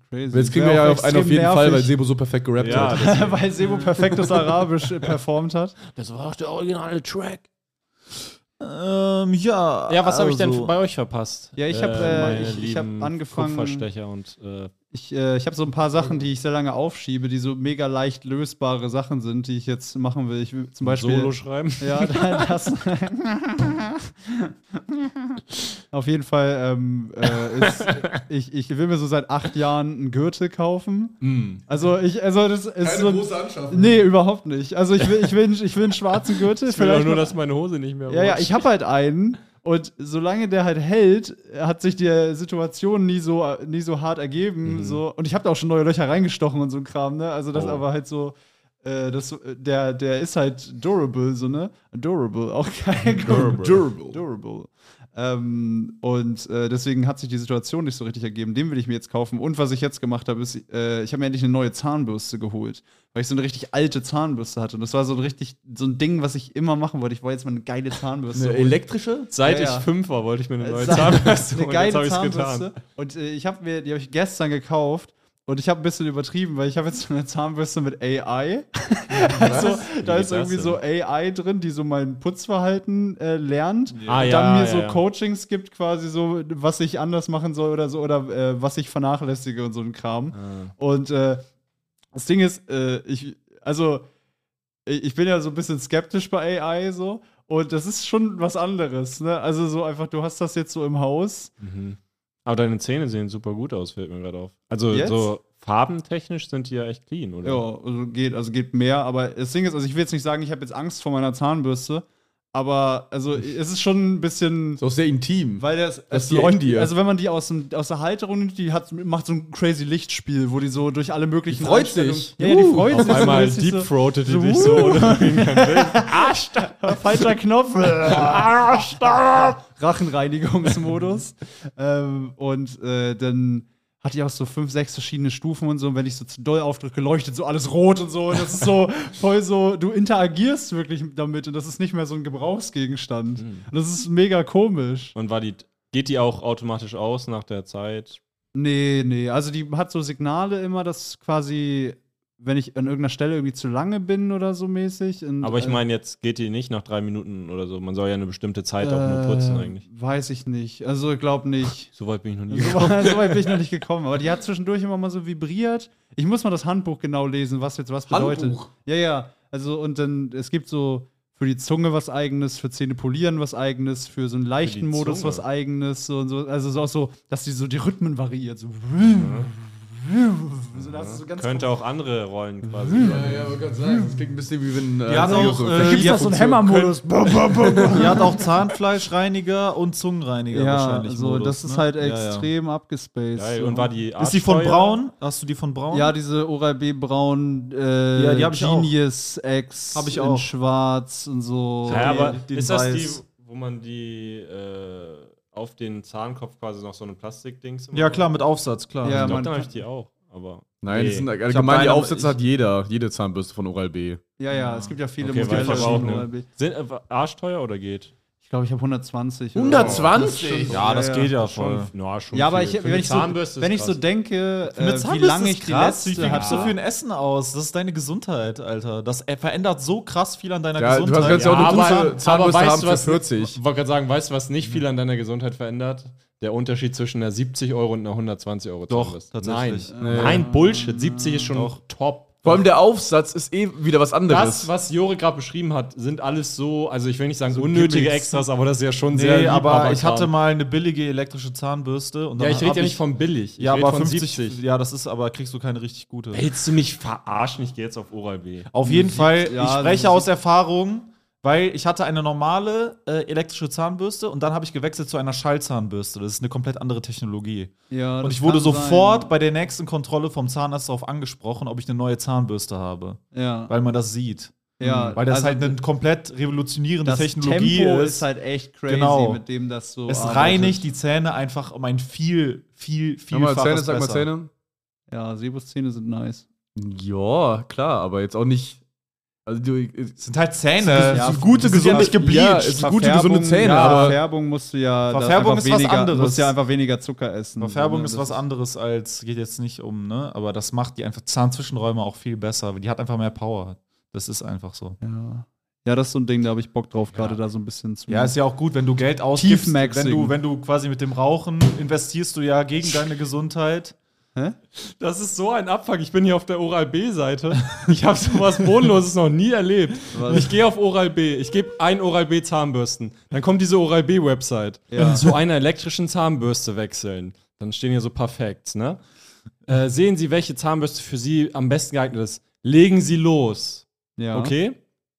Crazy. Jetzt kriegen wir Wär ja auch auf einen auf extrem jeden Fall, weil nervig. Sebo so perfekt gerappt Ja, hat. das, weil Sebo perfektes Arabisch äh, performt hat. das war doch der originale Track. Ähm, ja. Ja, was habe ich denn also- bei euch verpasst? Ja, ich hab, äh, meine ich- ich hab lieben angefangen- Kupferstecher und äh, Ich, äh, ich habe so ein paar Sachen, die ich sehr lange aufschiebe, die so mega leicht lösbare Sachen sind, die ich jetzt machen will. Ich will zum Beispiel. [LAUGHS] Solo schreiben. [LAUGHS] Ja, da- das. Auf jeden Fall ähm, äh, [LAUGHS] ist, ich, ich will mir so seit acht Jahren einen Gürtel kaufen. Mm. Also ich, also das ist so. ein- Anschaffung. Nee, überhaupt nicht. Also ich will, ich will, ich will einen schwarzen Gürtel. Ich will doch vielleicht nur, noch- dass meine Hose nicht mehr Ja, ja, rutscht. ich habe halt einen. Und solange der halt hält, hat sich die Situation nie so, nie so hart ergeben. So. Und ich habe da auch schon neue Löcher reingestochen und so ein Kram, ne? Also das Mhm. Oh. aber halt so, äh, das, der, der ist halt durable, so, ne? Durable, auch geil. Durable. Durable. durable. Ähm, und äh, deswegen hat sich die Situation nicht so richtig ergeben. Den will ich mir jetzt kaufen. Und was ich jetzt gemacht habe, ist, äh, ich habe mir endlich eine neue Zahnbürste geholt, weil ich so eine richtig alte Zahnbürste hatte. Und das war so ein richtig, so ein Ding, was ich immer machen wollte. Ich wollte jetzt mal eine geile Zahnbürste. Eine holen. elektrische? Seit Ja, ja. ich fünf war, wollte ich mir eine neue Sag- [LAUGHS] Zahnbürste Eine holen. geile Jetzt habe ich es Zahnbürste. getan. Und äh, ich habe mir, die habe ich gestern gekauft. Und ich habe ein bisschen übertrieben, weil ich habe jetzt so eine Zahnbürste mit AI. also, da Wie ist geht irgendwie das so AI drin, die so mein Putzverhalten äh, lernt. Ah, und ja, dann mir ja, so ja. Coachings gibt, quasi so, was ich anders machen soll oder so, oder äh, was ich vernachlässige und so ein Kram. Ah, Und äh, das Ding ist, äh, ich, also, ich ich bin ja so ein bisschen skeptisch bei AI so. Und das ist schon was anderes, ne? Also so einfach, du hast das jetzt so im Haus. Mhm. Aber deine Zähne sehen super gut aus, fällt mir gerade auf. Also Jetzt? so farbentechnisch sind die ja echt clean, oder? Ja, also geht, also geht mehr, aber das Ding ist, also ich will jetzt nicht sagen, ich habe jetzt Angst vor meiner Zahnbürste, Aber also es ist schon ein bisschen. Ist auch sehr intim. Weil das, Das die- leuchtet dir. Also wenn man die aus, dem, aus der Halterung nimmt, die hat, macht so ein crazy Lichtspiel, wo die so durch alle möglichen. Die freut Einstellungen- sich. Ja, ja, die Uh, freut Auf sich. [LAUGHS] einmal so richtig so, deepfroatet die so, dich so. uh. [LAUGHS] Oder falscher Knopf. Ah, stopp. Rachenreinigungsmodus. ähm, und äh, dann hat die auch so fünf, sechs verschiedene Stufen und so. Und wenn ich so zu doll aufdrücke, leuchtet so alles rot und so. Und das ist so voll so, du interagierst wirklich damit und das ist nicht mehr so ein Mhm. Gebrauchsgegenstand. Und das ist mega komisch. und war die, geht die auch automatisch aus nach der Zeit? Nee, nee. Also die hat so Signale immer, dass quasi, wenn ich an irgendeiner Stelle irgendwie zu lange bin oder so mäßig. Und, Aber ich äh, meine, jetzt geht die nicht nach drei Minuten oder so. Man soll ja eine bestimmte Zeit halt auch nur putzen äh, eigentlich. Weiß ich nicht. Also ich glaube nicht. So weit bin ich noch nie so, gekommen. weit, [LAUGHS] so weit bin ich noch nicht gekommen. Aber die hat zwischendurch immer mal so vibriert. Ich muss mal das Handbuch genau lesen, was jetzt was bedeutet. Handbuch? Ja, ja. Also und dann, es gibt so für die Zunge was eigenes, für Zähne polieren was eigenes, für so einen leichten Modus Zunge? was eigenes. So und so. Also es ist auch so, dass die so die Rhythmen variiert. So, so, da hast du so ganz Könnte auch andere Rollen quasi. ja, wollte gerade sagen, das klingt ein bisschen wie wenn. Äh, Die hat auch, Serienrüffel- äh, Vergiss die doch hat so [LAUGHS] einen Hammermodus. Die hat auch Zahnfleischreiniger und Zungenreiniger Ja, wahrscheinlich. also Modus, das ist ne? halt Ja, ja. extrem abgespaced. Geil. so. Und war die Ist die von Arschsteuer- Braun? Hast du die von Braun? ja, diese Oral B Braun, äh, Ja, die hab ich auch. Genius X Hab ich in auch. Schwarz und so. Ja, aber den ist das Weiß. die, wo man die äh, auf den Zahnkopf quasi noch so eine Plastikdings immer Ja, macht? klar, mit Aufsatz, klar. Ja, Ich glaube, man dann kann- habe ich die auch. Aber Nein, das sind Nee. allgemein die deine- Aufsätze ich- hat jeder, jede Zahnbürste von Oral B. ja, ja, es gibt ja viele okay, weiß ich aber auch von Oral B. nicht. Sind äh, arschteuer oder geht? Ich glaube, ich habe 120. oder so. Äh, 120? Ja, das geht ja voll. Ja, schon Ja, aber viel. ich, Für wenn, eine ich so, Zahnbürste ist wenn ich so krass. denke, äh, Mit wie Zahnbürste lange ist ich die krass. Wie letzte viel gibst du hatte. für ein Essen aus? Das ist deine Gesundheit, Alter. Das äh, verändert so krass viel an deiner Ja, du Gesundheit. kannst ja auch eine gute Zahnbürste haben für was, 40. Ich wollte gerade sagen, weißt du, was nicht viel an deiner Gesundheit verändert? Der Unterschied zwischen einer 70 Euro und einer 120 Euro Doch, Zahnbürste. tatsächlich. Nein. Nein, Bullshit. 70 ist schon top. Vor allem der Aufsatz ist eh wieder was anderes. Das, was Jore gerade beschrieben hat, sind alles so, also ich will nicht sagen unnötige Gimmicks. Extras, aber das ist ja schon sehr Nee, aber ich Liebhaberkram. hatte mal eine billige elektrische Zahnbürste. Und Ja, dann ich rede hab ja nicht von billig. Ich Ja, rede aber von 50. Ja, das ist aber, kriegst du keine richtig gute. Willst du mich verarschen? Ich gehe jetzt auf Oral-B. Auf jeden Fall, ja, also ich Musik- spreche aus Erfahrung, weil ich hatte eine normale äh, elektrische Zahnbürste und dann habe ich gewechselt zu einer Schallzahnbürste. Das ist eine komplett andere Technologie. Ja, und das ich wurde kann sofort bei der nächsten Kontrolle vom Zahnarzt darauf angesprochen, ob ich eine neue Zahnbürste habe, sein. Ja, weil man das sieht. ja. Weil das also halt eine komplett revolutionierende das Technologie Tempo ist. halt echt crazy, Genau. mit dem das so. es arbeitet. reinigt die Zähne einfach um ein viel, viel, Sag mal vielfaches Zähne, sag mal besser. Zähne. Ja, Sebuszähne sind nice. Ja, klar, aber jetzt auch nicht. Also du, Es sind halt Zähne. Ja, Es sind gute, die sind gesunde, nicht gebleached. Ja, es Es ist sind gute, gesunde Zähne, ja, aber- Verfärbung musst du ja. da Verfärbung einfach ist was weniger, anderes. musst ja einfach weniger Zucker essen. Verfärbung Ne, ist das was anderes als, geht jetzt nicht um, ne? Aber das macht die einfach Zahnzwischenräume auch viel besser. weil Die hat einfach mehr Power. Das ist einfach so. Ja. ja, das ist so ein Ding, da habe ich Bock drauf, gerade da so ein bisschen zu. Ja, ist ja auch gut, wenn du Geld ausgibst. Tiefmaxing. Wenn du, wenn du quasi mit dem Rauchen investierst du ja gegen deine Gesundheit. Das ist so ein Abfuck. Ich bin hier auf der Oral-B-Seite. Ich habe sowas Bodenloses noch nie erlebt. Und ich gehe auf Oral-B. Ich gebe ein Oral-B-Zahnbürsten. Dann kommt diese Oral-B-Website. Ja. Zu einer elektrischen Zahnbürste wechseln. Dann stehen hier so Perfekts, ne? Äh, sehen Sie, welche Zahnbürste für Sie am besten geeignet ist. Legen Sie los. ja. Okay?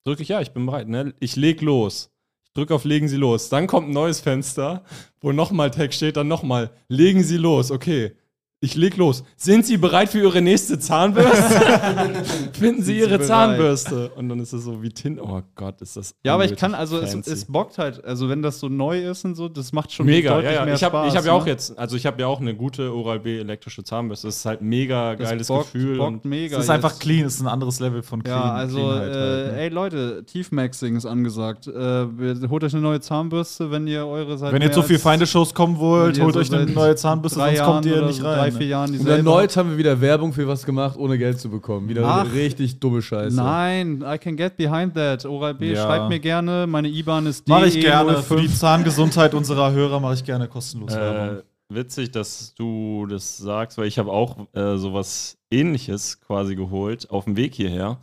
Drücke ich ja, ich bin bereit, ne? Ich leg los. Ich drücke auf Legen Sie los. Dann kommt ein neues Fenster, wo nochmal Text steht, dann nochmal. Legen Sie los, okay. Ich leg los. Sind Sie bereit für Ihre nächste Zahnbürste? [LAUGHS] Finden Sie Ihre bereit? Zahnbürste. Und dann ist es so wie Tin. Oh Gott, ist das. Ja, aber ich unnötig kann, also es, fancy. es bockt halt, also wenn das so neu ist und so, das macht schon mega. deutlich Ja, ja. mehr Ich habe Spaß. hab ja auch ne? jetzt, also ich habe ja auch eine gute Oral-B elektrische Zahnbürste. Das ist halt mega Das geiles bockt, Gefühl. Bockt Und [LAUGHS] mega. Das ist einfach jetzt. clean, das ist ein anderes Level von clean. Ja, also, Cleanheit halt, äh, ne? ey Leute, Tiefmaxing ist angesagt. Äh, wir- holt euch eine neue Zahnbürste, wenn ihr eure seid. wenn ihr mehr zu viel als Feinde-Shows kommen wenn wollt, ihr holt so euch eine seit neue Zahnbürste, drei sonst kommt Jahren ihr oder nicht so, rein. Drei, ne? vier Jahren und erneut haben wir wieder Werbung für was gemacht, ohne Geld zu bekommen. Wieder Ach. richtig dumme Scheiße. Nein, I can get behind that. Oral B, Ja. schreibt mir gerne. Meine IBAN ist E Mache ich DE05. gerne. Für die Zahngesundheit unserer Hörer mache ich gerne kostenlos Werbung. Äh, witzig, dass du das sagst, weil ich habe auch äh, sowas ähnliches quasi geholt auf dem Weg hierher.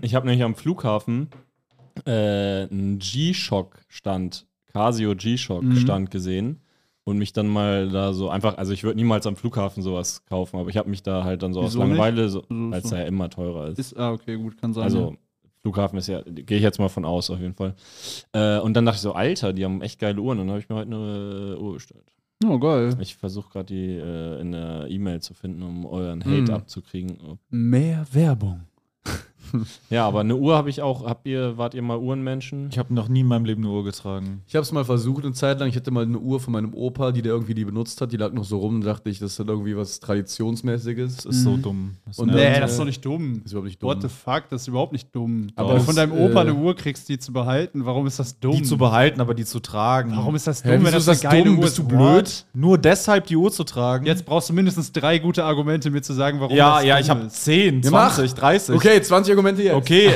Ich habe nämlich am Flughafen äh, einen G-Shock-Stand, Casio Mhm. G-Shock-Stand gesehen und mich dann mal da so einfach, also ich würde niemals am Flughafen sowas kaufen, aber ich habe mich da halt dann so Wieso aus nicht? Langeweile, so, Also weil es so- da ja immer teurer ist. Ist, ah, okay, gut, kann sein. also Flughafen ist ja, gehe ich jetzt mal von aus, auf jeden Fall. Äh, und dann dachte ich so, Alter, die haben echt geile Uhren. Und dann habe ich mir heute eine äh, Uhr bestellt. Oh, ne? geil. Ich versuche gerade die äh, in der E-Mail zu finden, um euren Hate Hm. abzukriegen. Ob- Mehr Werbung. [LAUGHS] Ja, aber eine Uhr habe ich auch. Habt ihr, wart ihr mal Uhrenmenschen? Ich habe noch nie in meinem Leben eine Uhr getragen. Ich habe es mal versucht eine Zeit lang. Ich hatte mal eine Uhr von meinem Opa, die der irgendwie die benutzt hat. Die lag noch so rum. Da dachte ich, das ist dann irgendwie was Traditionsmäßiges. Das ist Mhm. so dumm. Das Und nervt. der- Nee, das ist doch nicht dumm. Ist überhaupt nicht dumm. What the fuck, das ist überhaupt nicht dumm. Aber Wenn du das, von deinem Opa äh, eine Uhr kriegst, die zu behalten, warum ist das dumm? die zu behalten, aber die zu tragen. Um. warum ist das dumm, Hä, wieso ist das dumm? Bist du blöd? Nur deshalb die Uhr zu tragen? Jetzt brauchst du mindestens drei gute Argumente, mir zu sagen, warum ja, das ja, dumm ich habe ist. 10, Ja, mach. 20, 30. Okay, 20 Argumente jetzt. Okay,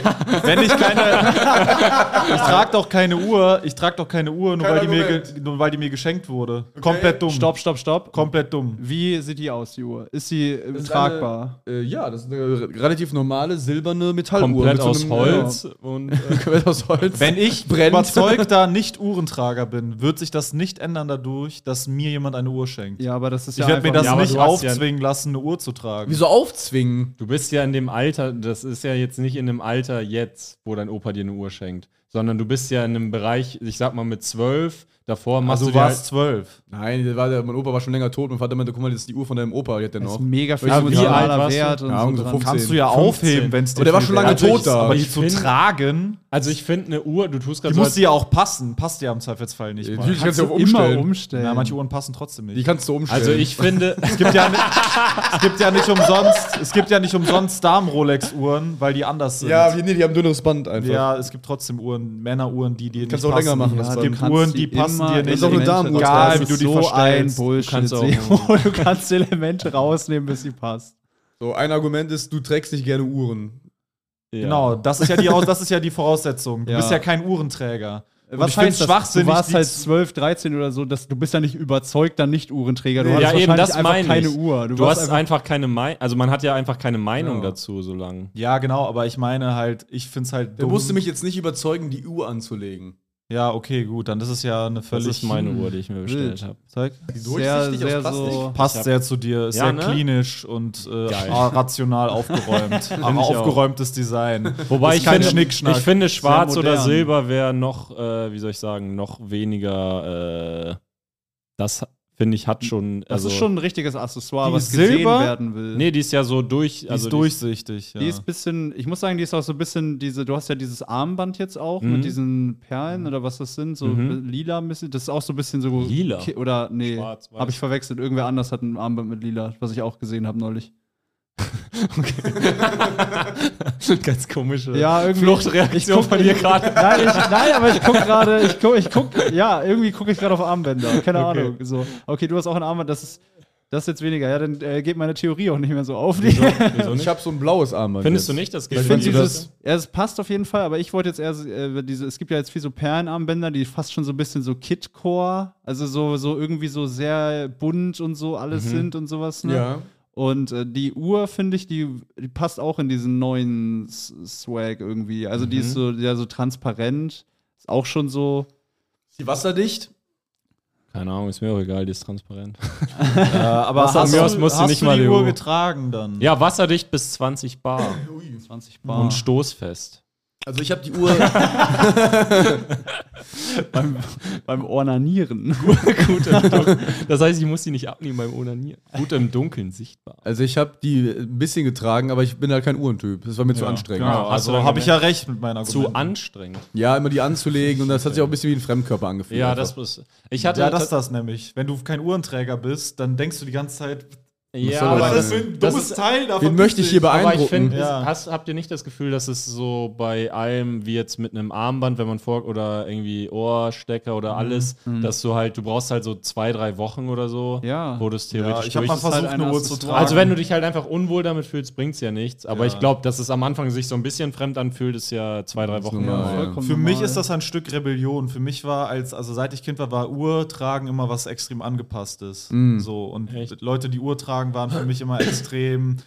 wenn ich keine. ich trage doch keine Uhr, ich trage doch keine Uhr, nur, Kein weil die, mir Argument. ge- nur weil die mir geschenkt wurde. Komplett dumm. Stopp, stopp, stopp. Komplett dumm. Wie sieht die aus, die Uhr? Ist sie äh, Das ist tragbar? Eine, äh, ja, das ist eine re- relativ normale silberne Metalluhr. Komplett mit so aus einem- Holz. Und, äh, Ja, komplett aus Holz. Wenn ich Brennt. überzeugter Nicht-Uhrenträger bin, wird sich das nicht ändern dadurch, dass mir jemand eine Uhr schenkt. Ja, aber das ist Ich ja werde mir einfach- das Ja, aber nicht du hast ja- aufzwingen lassen, eine Uhr zu tragen. Wieso aufzwingen? du bist ja in dem Alter, das ist ja jetzt nicht in dem Alter jetzt, wo dein Opa dir eine Uhr schenkt, sondern du bist ja in einem Bereich, ich sag mal mit zwölf, davor machst Also du du dir halt- warst zwölf. Nein, der war, der, mein Opa war schon länger tot. Mein Vater meinte, guck mal, das ist die Uhr von deinem Opa, die hat der Das noch. ist mega viel Ja, wie sozialer alt warst du? Wert und Ja, so ungefähr dran. 15. Kannst du ja 15. aufheben, wenn es Aber der war schon lange fehlt. tot da. Aber die Ich zu find- tragen, Also ich finde eine Uhr, du tust die gerade muss dir ja auch passen. Passt dir im Zweifelsfall nicht. Ja, mal. natürlich. Kannst kannst du um- du auch immer umstellen. umstellen. Na, manche Uhren passen trotzdem nicht. Die kannst du umstellen. [LAUGHS] also ich finde, Es Ähm, gibt ja, ni- es gibt ja nicht umsonst, es gibt ja nicht umsonst Damen-Rolex-Uhren, weil die anders sind. Ja, wir- nee, die haben dünneres Band einfach. Ja, es gibt trotzdem Uhren, Männeruhren, die dir Kannst nicht auch länger passen. machen, Ja, das es Band. gibt kannst Uhren, die passen dir nicht. Ist auch eine Elemente Damenuhr. drauf. Egal, Das wie ist du die so verstellst. ein Bullshit. kannst auch- Sebo. [LAUGHS] du kannst Elemente rausnehmen, bis sie passt. So, ein Argument ist, du trägst nicht gerne Uhren. Ja. Genau, das ist ja die, Aus- das ist ja die Voraussetzung. Du Ja. bist ja kein Uhrenträger. Und Was ich find's heißt das? Du schwachsinnig, warst die halt zu- 12, 13 oder so, dass du bist ja nicht überzeugter Nicht-Uhrenträger. Du Ja, hattest eben, wahrscheinlich das einfach meine ich. keine Uhr. Du, warst hast einfach, keine Meinung, also man hat ja einfach keine Meinung dazu so lange. Ja, genau, aber ich meine halt, ich find's halt Der dumm. musste mich jetzt nicht überzeugen, die Uhr anzulegen. ja, okay, gut, dann ist es ja eine Das völlig ist meine Uhr, die ich mir bestellt habe. Zeig. sehr, sehr so. Passt Ich hab- sehr zu dir, ist Ja, sehr ne? klinisch und äh, Geil. ra- rational aufgeräumt. Aber auch. aufgeräumtes Design. Wobei Ist ich kein finde, Schnickschnack. ich finde schwarz Sehr oder modern. silber wäre noch, äh, wie soll ich sagen, noch weniger, äh, das finde ich hat schon, Das also, ist schon ein richtiges Accessoire, Die was Silber- gesehen werden will. nee, die ist ja so durch, Die also ist durchsichtig. Die [LAUGHS] ist ein bisschen, ich muss sagen, die ist auch so ein bisschen diese, du hast ja dieses Armband jetzt auch Mhm. mit diesen Perlen oder was das sind, so Mhm. bi- lila ein bisschen. Das ist auch so ein bisschen so. Lila? Ki- Oder nee, Schwarz, weiß. habe ich verwechselt. Irgendwer anders hat ein Armband mit lila, was ich auch gesehen habe neulich. ganz komische Ja, irgendwie. Fluchtreaktion ich guck- [LAUGHS] von dir gerade. Nein, ich, nein, aber ich gucke gerade, ich gucke, ich guck, ja, irgendwie gucke ich gerade auf Armbänder. Keine Okay. Ahnung. So. Okay, du hast auch ein Armband, das ist, das ist jetzt weniger. Ja, dann äh, geht meine Theorie auch nicht mehr so auf. Die, Wieso Ich nicht? habe so ein blaues Armband. Findest jetzt. du nicht, das Ich geht find nicht? dieses- Ja, es passt auf jeden Fall, aber ich wollte jetzt eher so, äh, diese, es gibt ja jetzt viel so Perlenarmbänder, die fast schon so ein bisschen so Kidcore, also so, so irgendwie so sehr bunt und so alles sind und sowas. Ne? Ja. Und äh, die Uhr, finde ich, die, die passt auch in diesen neuen S Swag irgendwie. Also die ist so, ja, so transparent. Ist auch schon so. Ist die wasserdicht? Keine Ahnung, ist mir auch egal, die ist transparent. äh, [LAUGHS] aber Was, hast, von mir aus du, musst du hast nicht du mal die die Uhr Uhr. getragen dann? [LAUGHS] Ja, wasserdicht bis 20 Bar 20 Bar. und stoßfest. Also ich habe die Uhr. [LAUGHS] beim Ornanieren. Gut im Dunkeln. Das heißt, ich muss die nicht abnehmen beim Onanieren. Gut im Dunkeln sichtbar. also ich habe die ein bisschen getragen, aber ich bin halt kein Uhrentyp. Das war mir zu anstrengend. Genau, Ah, Hast also du dann habe ich ja recht mit meiner Zu anstrengend. Ja, immer die anzulegen und das hat sich auch ein bisschen wie ein Fremdkörper angefühlt. Ja, einfach. das muss. Ich hatte Ja, das ist das nämlich. Wenn du kein Uhrenträger bist, dann denkst du die ganze Zeit, Ja, soll aber das das, denn? ein das dummes ist- Teil da Wen verpiss möchte ich dich. hier beeindrucken? aber ich finde, Ja. hast- habt ihr nicht das Gefühl, dass es so bei allem, wie jetzt mit einem Armband, wenn man vor oder irgendwie Ohrstecker oder Mhm. alles, dass du halt, du brauchst halt so zwei, drei Wochen oder so, Ja. wo du es Ja, theoretisch ich habe mal durch- versucht, halt ein eine Uhr zu Accessoire. tragen. Also wenn du dich halt einfach unwohl damit fühlst, bringt's ja nichts. Aber Ja. ich glaube, dass es am Anfang sich so ein bisschen fremd anfühlt, ist ja zwei, drei Wochen. normal. her. Vollkommen Für mich normal. ist das ein Stück Rebellion. Für mich war als, also seit ich Kind war, war Uhr tragen immer was extrem angepasstes. Mm. So. Und Echt? Leute, die Uhr tragen, waren für mich [LAUGHS] immer extrem.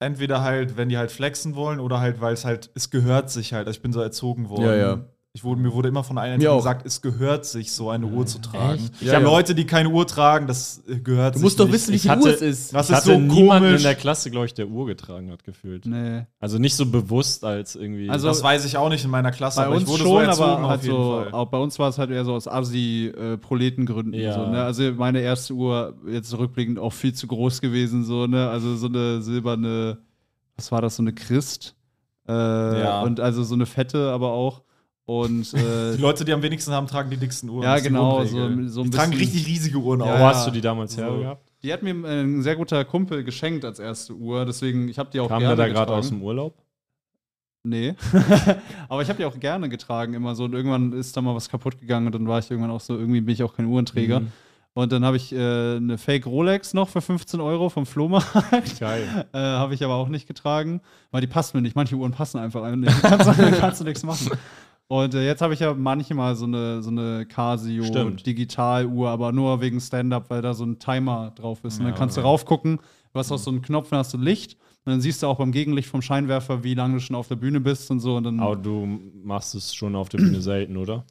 Entweder halt, wenn die halt flexen wollen oder halt, weil es halt, es gehört sich halt. Also ich bin so erzogen worden. Ja, ja. Ich wurde, mir wurde immer von einer Mir auch. gesagt, es gehört sich, so eine Uhr zu tragen. Ich Ja, habe ja. Leute, die keine Uhr tragen, das äh, gehört Du sich musst doch nicht. wissen, wie Ich viel hatte- Uhr es ist. Das ich ist hatte so niemanden in komisch. der Klasse, glaube ich, der Uhr getragen hat, gefühlt. Nee. Also nicht so bewusst als irgendwie. Also- das weiß ich auch nicht in meiner Klasse, Bei aber uns ich wurde schon, so erzogen aber halt auf jeden also so, Fall. auch bei uns war es halt eher so aus Asi-Proletengründen. Ja. so, ne? Also meine erste Uhr, jetzt rückblickend, auch viel zu groß gewesen. So, ne? Also so eine silberne, was war das, so eine Christ? Äh, Ja. Und also so eine fette aber auch. Und äh, [LAUGHS] Die Leute, die am wenigsten haben, tragen die dicksten Uhren. Ja, Das ist die genau, Grundregel. so- so ein die tragen bisschen- richtig riesige Uhren Wo auch. hast du die damals her So. gehabt? die hat mir ein sehr guter Kumpel geschenkt als erste Uhr. Deswegen, ich habe die auch Kam der gerne da gerade getragen. aus dem Urlaub? Nee. aber ich habe die auch gerne getragen immer so. Und irgendwann ist da mal was kaputt gegangen und dann war ich irgendwann auch so, irgendwie bin ich auch kein Uhrenträger. Und dann habe ich äh, eine Fake Rolex noch für 15 Euro vom Flohmarkt. [LAUGHS] Geil. Äh, habe ich aber auch nicht getragen, weil die passt mir nicht. Manche Uhren passen einfach einem nicht. [LAUGHS] Kannst, du- kannst [LAUGHS] du nichts machen. Und äh, jetzt habe ich ja manchmal so eine, so eine Casio Stimmt. Digitaluhr, aber nur wegen Stand-Up, weil da so ein Timer drauf ist. Und dann kannst du raufgucken, du hast auch Hm. so einen Knopf, dann hast du Licht. Und dann siehst du auch beim Gegenlicht vom Scheinwerfer, wie lange du schon auf der Bühne bist und so. Und dann Aber du machst es schon auf der Bühne selten, oder?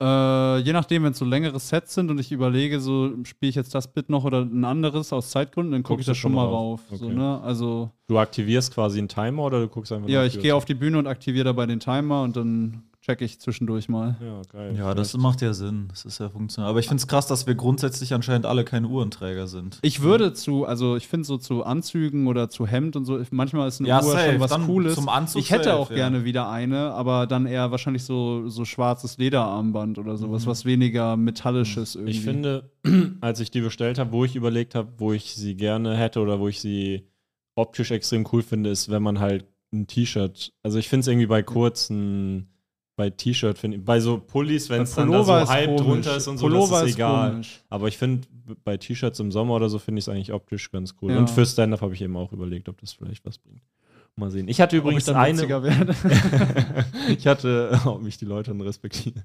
äh, je nachdem, wenn es so längere Sets sind und ich überlege, so spiele ich jetzt das Bit noch oder ein anderes aus Zeitgründen, dann gucke ich Guckst da schon du schon mal mal rauf. rauf. So, Okay. ne? Also, Du aktivierst quasi einen Timer oder du guckst einfach ja, nach ich Tür? gehe auf die Bühne und aktiviere dabei den Timer und dann checke ich zwischendurch mal. Ja, geil. Ja, das macht ja Sinn. Das ist ja funktional. Aber ich finde es krass, dass wir grundsätzlich anscheinend alle keine Uhrenträger sind. Ich würde zu, also ich finde so zu Anzügen oder zu Hemd und so, ich- manchmal ist eine Ja, Uhr safe. schon was Dann Cooles. zum Anzug ich hätte safe, auch ja. gerne wieder eine, aber dann eher wahrscheinlich so, so schwarzes Lederarmband oder sowas, was weniger metallisches irgendwie. Mhm. Ich finde, [CLEARS THROAT] als ich die bestellt habe, wo ich überlegt habe, wo ich sie gerne hätte oder wo ich sie optisch extrem cool finde, ist, wenn man halt ein T-Shirt. Also ich finde es irgendwie bei kurzen, bei T-Shirt finde bei so Pullis, wenn es dann da so Pullover ist halb komisch. drunter ist und so, Pullover das ist ist egal. komisch. Aber ich finde, bei T-Shirts im Sommer oder so finde ich es eigentlich optisch ganz cool. Ja. Und für Stand-up habe ich eben auch überlegt, ob das vielleicht was bringt. Mal sehen. Ich hatte übrigens eine, werde. [LAUGHS] ich hatte, [LAUGHS] ob mich die Leute dann respektieren.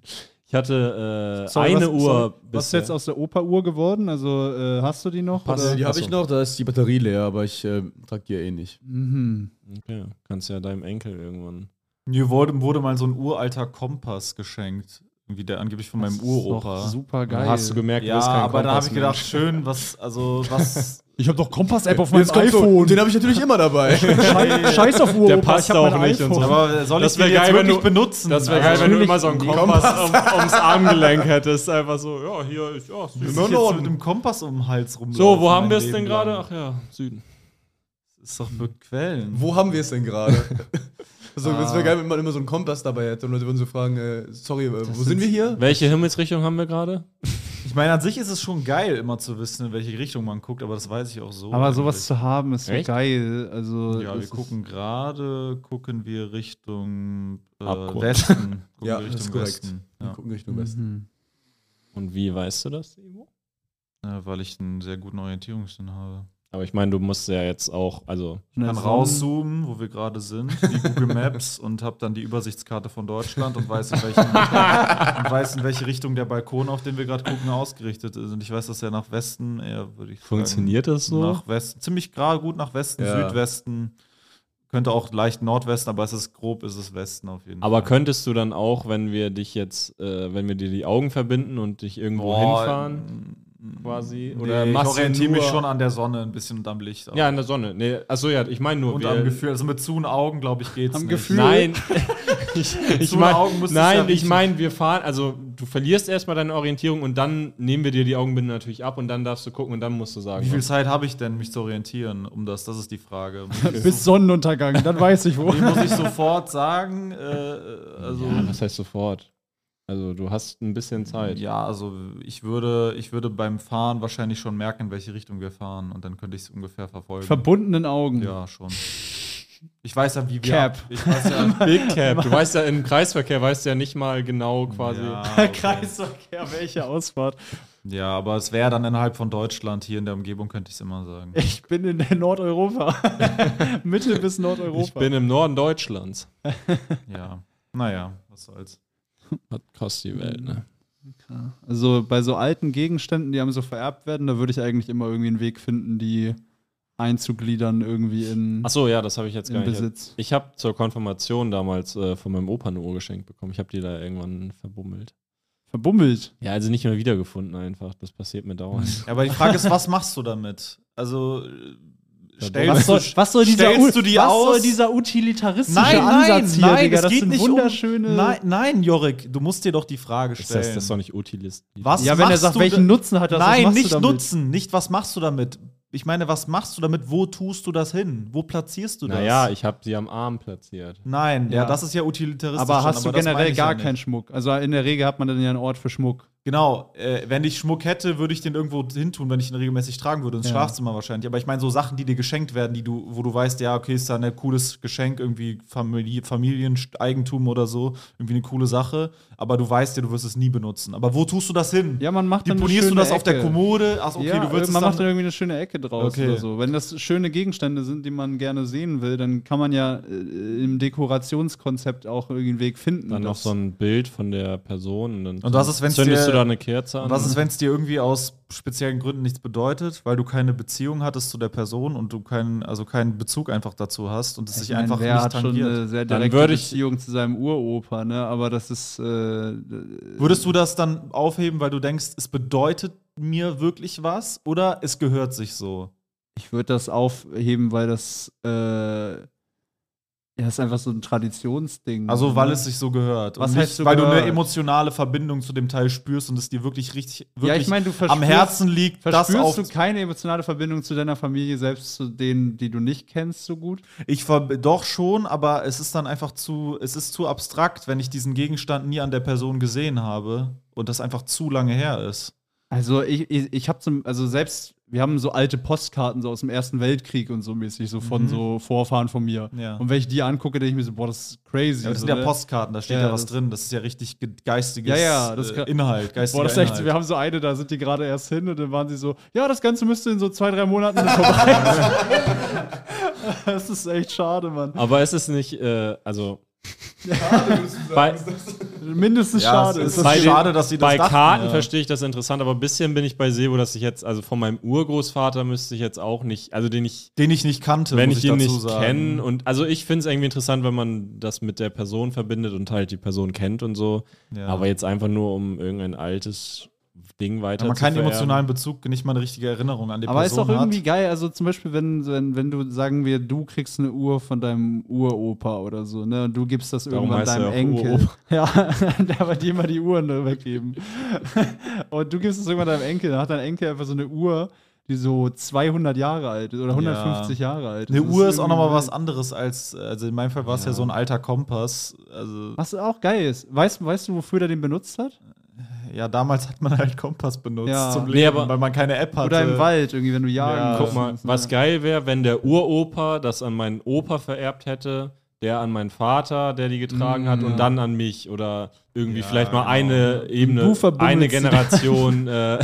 Ich hatte äh, Sorry, eine was- sorry, Uhr Was ist jetzt aus der Operuhr geworden? Also äh, hast du die noch? Pass. oder? Die habe ich Achso. noch, da ist die Batterie leer, aber ich äh, trage die ja eh nicht. Mhm. Okay, kannst ja deinem Enkel irgendwann. Mir wurde, wurde mal so ein uralter Kompass geschenkt. Wie der angeblich von meinem Uropa. Super geil. Hast du gemerkt, du Ja, bist kein aber da habe Kompass, ich gedacht, Mensch. schön, was, also, [LAUGHS] was. ich habe doch Kompass-App auf Jetzt kommt so- den habe ich natürlich immer [LAUGHS] dabei. Scheiß, Scheiß auf Uhr. Der passt auch nicht und so. aber soll ich Das die wär jetzt geil, wenn wirklich du- benutzen? Das wäre Also, geil, wenn du natürlich immer so einen die Kompass, Um, ums Armgelenk hättest. Einfach so, ja, hier ist, ja, ich Süden. jetzt mit dem Kompass um den Hals rumlaufen. So, wo haben mein wir es Leben denn gerade? lang. Ach ja, Süden. Ist doch bequellen. Wo haben wir es denn gerade? Also, es wäre geil, wenn man immer so einen Kompass dabei hätte und Leute würden so fragen, äh, sorry, äh, wo sind wir hier? Welche Himmelsrichtung haben wir gerade? Ich meine, an sich ist es schon geil, immer zu wissen, in welche Richtung man guckt, aber das weiß ich auch so. Aber sowas eigentlich. zu haben ist so Echt? geil. Also, Ja, das wir ist- gucken gerade, gucken wir Richtung äh, Abgrund. Westen. Gucken Ja, wir das ist Richtung korrekt. Westen. Wir Ja. gucken Richtung Westen. Mhm. Und wie weißt du das, Ivo? Äh, weil ich einen sehr guten Orientierungssinn habe. Aber ich meine, du musst ja jetzt auch, also, Ich Na, kann Sonnen- rauszoomen, wo wir gerade sind, wie Google Maps und habe dann die Übersichtskarte von Deutschland und weiß, in, welchen, und weiß, in welche Richtung der Balkon, auf den wir gerade gucken, ausgerichtet ist. Und ich weiß, dass er nach Westen, eher würde ich funktioniert das sagen, so? nach Westen, ziemlich gerade gut nach Westen, Ja. Südwesten, könnte auch leicht Nordwesten, aber es ist grob, ist es Westen auf jeden Aber Fall. könntest du dann auch, wenn wir dich jetzt, äh, wenn wir dir die Augen verbinden und dich irgendwo hinfahren? quasi? Oder Oder nee, ich machst du orientiere mich nur- schon an der Sonne ein bisschen und am Licht. auch. Ja, in der Sonne. Nee, achso, ja, ich meine nur. äh, und wir- am Gefühl. Also mit zu Augen, glaube ich, geht's Am nicht. [LAUGHS] Gefühl. [LAUGHS] Nein, ich, ich Zu mein, Augen musst du's ja nein, ich riechen. meine, wir fahren, also du verlierst erstmal deine Orientierung und dann nehmen wir dir die Augenbinde natürlich ab und dann darfst du gucken und dann musst du sagen. Wie viel ob- Zeit habe ich denn, mich zu orientieren, um das? Das ist die Frage. Muss ich, Bis Sonnenuntergang, dann weiß ich wo. nee, muss ich sofort sagen? Äh, also, ja, was heißt sofort? Also du hast ein bisschen Zeit. ja, also ich würde, ich würde beim Fahren wahrscheinlich schon merken, in welche Richtung wir fahren und dann könnte ich es ungefähr verfolgen. [LAUGHS] Verbundenen Augen. ja, schon. Ich weiß ja, wie wir. Cap. Ich weiß ja. Big [LAUGHS] Cap. Du weißt ja, im Kreisverkehr weißt du ja nicht mal genau quasi. Ja, okay. Kreisverkehr, welche Ausfahrt. ja, aber es wäre dann innerhalb von Deutschland, hier in der Umgebung könnte ich es immer sagen. Ich bin in Nordeuropa. [LAUGHS] Mittel bis Nordeuropa. Ich bin im Norden Deutschlands. Ja. Naja, was soll's. Hat kostet die Welt, ne? Also bei so alten Gegenständen, die einem so vererbt werden, da würde ich eigentlich immer irgendwie einen Weg finden, die einzugliedern irgendwie in, Achso, ja, das habe ich jetzt gar in nicht. Besitz. Ich habe zur Konfirmation damals äh, von meinem Opa eine Uhr geschenkt bekommen. Ich habe die da irgendwann verbummelt. Verbummelt. Ja, also nicht mehr wiedergefunden einfach. Das passiert [LAUGHS] mir dauernd. Ja, aber die Frage ist, was machst du damit? Also, äh, Was stellst soll, du. was soll dieser, stellst U- du die was soll aus? dieser utilitaristische Nein, nein, Ansatz hier, nein, Digga? es Das geht sind nicht um- wunderschöne. Nein, nein, Jorik, du musst dir doch die Frage Ist stellen. das, das ist doch nicht Utilist. Was? ja, wenn er machst sagt, du welchen da- Nutzen hat das? was Nein, machst du nicht damit? nutzen, nicht was machst du damit. Ich meine, was machst du damit? Wo tust du das hin? Wo platzierst du das? Naja, ich habe sie am Arm platziert. Nein, ja. Ja. das ist ja utilitaristisch. Aber schon, hast du das meine generell ich gar ja nicht. keinen Schmuck? Also in der Regel hat man dann ja einen Ort für Schmuck. Genau, äh, wenn ich Schmuck hätte, würde ich den irgendwo hintun, wenn ich ihn regelmäßig tragen würde, ins Ja. Schlafzimmer wahrscheinlich. Aber ich meine, so Sachen, die dir geschenkt werden, die du, wo du weißt, ja, okay, ist da ein cooles Geschenk, irgendwie Familie, Familieneigentum oder so, irgendwie eine coole Sache, aber du weißt ja, du wirst es nie benutzen. Aber wo tust du das hin? Ja, man macht dann eine Deponierst du schöne das auf der Ecke. Kommode? Ach, okay, ja, äh, du willst es man dann, macht dann irgendwie eine schöne Ecke draus Okay. oder so. Wenn das schöne Gegenstände sind, die man gerne sehen will, dann kann man ja äh, im Dekorationskonzept auch irgendwie einen Weg finden. Dann noch das- so ein Bild von der Person. Und, dann Und was ist, wenn's zündest dir- du da eine Kerze an? Was ist, wenn es dir irgendwie aus speziellen Gründen nichts bedeutet, weil du keine Beziehung hattest zu der Person und du keinen, also keinen Bezug einfach dazu hast und es Ich sich meine, einfach wer nicht hat schon tangiert? eine sehr Dann direkte würde ich- Beziehung zu seinem Uropa, ne? Aber das ist äh, Würdest du das dann aufheben, weil du denkst, es bedeutet mir wirklich was oder es gehört sich so? Ich würde das aufheben, weil das äh, ja ist einfach so ein Traditionsding. Also, weil ne? es sich so gehört. Was und heißt so weil du eine gehört? emotionale Verbindung zu dem Teil spürst und es dir wirklich richtig wirklich ja, ich meine, du am verspürst- Herzen liegt, das auf Verspürst du keine emotionale Verbindung zu deiner Familie, selbst zu denen, die du nicht kennst, so gut? Ich ver doch schon, aber es ist dann einfach zu, es ist zu abstrakt, wenn ich diesen Gegenstand nie an der Person gesehen habe und das einfach zu lange her ist. Also ich, ich, ich habe zum, also selbst, wir haben so alte Postkarten so aus dem Ersten Weltkrieg und so mäßig, so von Mhm. so Vorfahren von mir. Ja. Und wenn ich die angucke, denke ich mir so, boah, das ist crazy. Ja, das so, sind ja ne? Postkarten, da steht ja, Ja, was das- drin. Das ist ja richtig ge- geistiges Ja, ja, das äh, kann- Inhalt. Geistiger Boah, das ist echt, so, Inhalt. wir haben so eine, da sind die gerade erst hin und dann waren sie so, ja, das Ganze müsste in so zwei, drei Monaten [LAUGHS] vorbei sein. das ist echt schade, Mann. Aber es ist nicht, äh, [LAUGHS] also. bei, Mindestens Ja, schade. es ist das bei hier- den- schade, dass sie das Bei dachten, Karten ja. verstehe ich das interessant, aber ein bisschen bin ich bei Sebo, dass ich jetzt, also von meinem Urgroßvater müsste ich jetzt auch nicht, also den ich, den ich nicht kannte, wenn muss ich ihn dazu nicht sagen. kenne und, also ich finde es irgendwie interessant, wenn man das mit der Person verbindet und halt die Person kennt und so, Ja. aber jetzt einfach nur um irgendein altes Ding weiter Wenn man zu keinen vererben. emotionalen Bezug, nicht mal eine richtige Erinnerung an die Aber ist Person auch irgendwie hat. geil, also zum Beispiel, wenn, wenn, wenn du, sagen wir, du kriegst eine Uhr von deinem Uropa oder so, ne, und du gibst das Darum irgendwann heißt er deinem auch Enkel. Uropa. [LAUGHS] Ja, der wird dir immer die Uhren nur weggeben. und du gibst das irgendwann deinem Enkel, dann hat dein Enkel einfach so eine Uhr, die so 200 Jahre alt ist oder 150 Jahre alt Eine Das Uhr ist auch irgendwie nochmal wild. was anderes als, also in meinem Fall war es ja. so ein alter Kompass. Also, Was auch geil ist. Weißt, weißt du, wofür der den benutzt hat? ja, damals hat man halt Kompass benutzt Ja. zum Nee, Leben, aber- weil man keine App hatte. Oder im Wald, irgendwie, wenn du jagen Ja, Guck mal, was geil wäre, wenn der Uropa das an meinen Opa vererbt hätte, der an meinen Vater, der die getragen hat, Mhm. und dann an mich oder irgendwie vielleicht genau. mal eine Ebene, Du verbündelst eine sie. [LAUGHS] Generation, äh,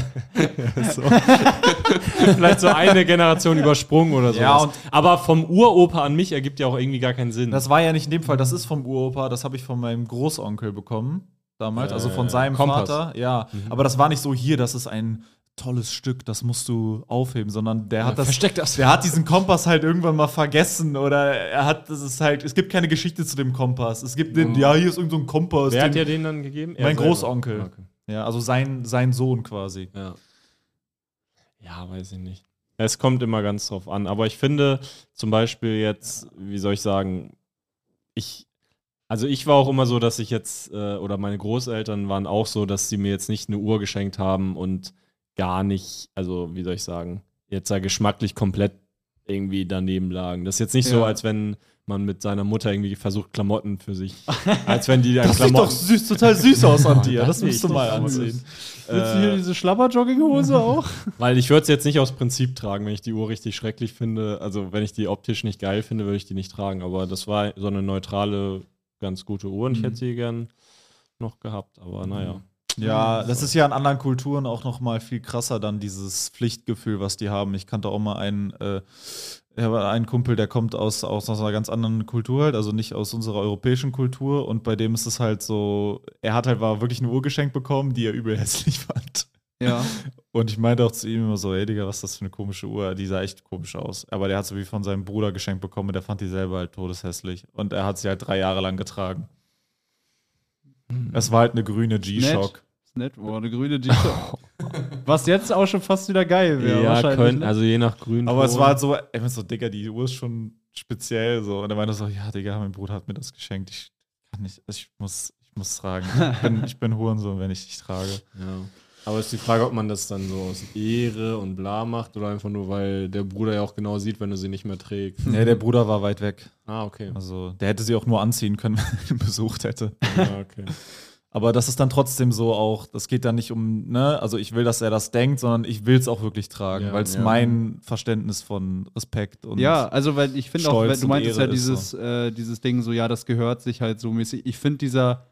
so. [LAUGHS] vielleicht so eine Generation übersprungen oder so. Ja, und- Aber vom Uropa an mich ergibt ja auch irgendwie gar keinen Sinn. Das war ja nicht in dem Fall, das ist vom Uropa, das habe ich von meinem Großonkel bekommen damals, also von Äh, seinem Kompass. Vater. Ja, aber das war nicht so hier, das ist ein tolles Stück, das musst du aufheben, sondern der hat das, versteck das. Der hat diesen Kompass halt irgendwann mal vergessen oder er hat das ist halt, es gibt keine Geschichte zu dem Kompass. Es gibt den, ja, hier ist irgend so ein Kompass. Mhm. Wer hat den- dir den dann gegeben? Er mein selber. Großonkel. Okay. Ja, also sein, sein Sohn quasi. Ja. Ja, weiß ich nicht. Es kommt immer ganz drauf an. Aber ich finde zum Beispiel jetzt, wie soll ich sagen, ich, also ich war auch immer so, dass ich jetzt, äh, oder meine Großeltern waren auch so, dass sie mir jetzt nicht eine Uhr geschenkt haben und gar nicht, also wie soll ich sagen, jetzt da geschmacklich komplett irgendwie daneben lagen. Das ist jetzt nicht so, Ja. als wenn man mit seiner Mutter irgendwie versucht, Klamotten für sich, als wenn die dann Klamotten. süß, total süß aus [LAUGHS] an dir. Das musst du mal ansehen. Willst du hier Äh, diese [LAUGHS] Schlapper-Jogginghose auch? weil ich würde es jetzt nicht aus Prinzip tragen, wenn ich die Uhr richtig schrecklich finde. Also wenn ich die optisch nicht geil finde, würde ich die nicht tragen. Aber das war so eine neutrale, ganz gute Uhr Mhm. und ich hätte sie gern noch gehabt. Aber naja. Mhm. Ja, das ist ja in anderen Kulturen auch noch mal viel krasser dann dieses Pflichtgefühl, was die haben. Ich kannte auch mal einen, äh, ich habe einen Kumpel, der kommt aus, aus einer ganz anderen Kultur halt, also nicht aus unserer europäischen Kultur und bei dem ist es halt so, er hat halt war wirklich eine Uhr geschenkt bekommen, die er übel hässlich [LAUGHS] fand. Ja. Und ich meinte auch zu ihm immer so, ey Digga, was ist das für eine komische Uhr? Die sah echt komisch aus. Aber der hat sie wie von seinem Bruder geschenkt bekommen und der fand die selber halt todeshässlich. Und er hat sie halt drei Jahre lang getragen. Es war halt eine grüne G-Shock. Ist nett, boah, eine grüne g [LAUGHS] Was jetzt auch schon fast wieder geil wäre, wahrscheinlich. ne? also je nach Grün. Aber es war halt so, ich so, Digga, die Uhr ist schon speziell so. Und er meinte so, ja, Digga, mein Bruder hat mir das geschenkt. Ich kann nicht, also ich muss, ich muss tragen. Ich [LAUGHS] bin, ich bin Hurensohn, wenn ich dich trage. Ja. Aber ist die Frage, ob man das dann so aus Ehre und bla macht oder einfach nur, weil der Bruder ja auch genau sieht, wenn du sie nicht mehr trägst. Nee, der Bruder war weit weg. Ah, [LAUGHS] okay. Also, der hätte sie auch nur anziehen können, [LAUGHS] wenn er ihn besucht hätte. Ja, [LAUGHS] okay. Aber das ist dann trotzdem so auch, das geht dann nicht um, ne, also ich will, dass er das denkt, sondern ich will es auch wirklich tragen, Ja, weil es ja. mein Verständnis von Respekt und Ja, also weil ich finde auch, Stolz weil du und meintest Ehre ja ist dieses, äh, dieses Ding so, ja, das gehört sich halt so mäßig. Ich finde dieser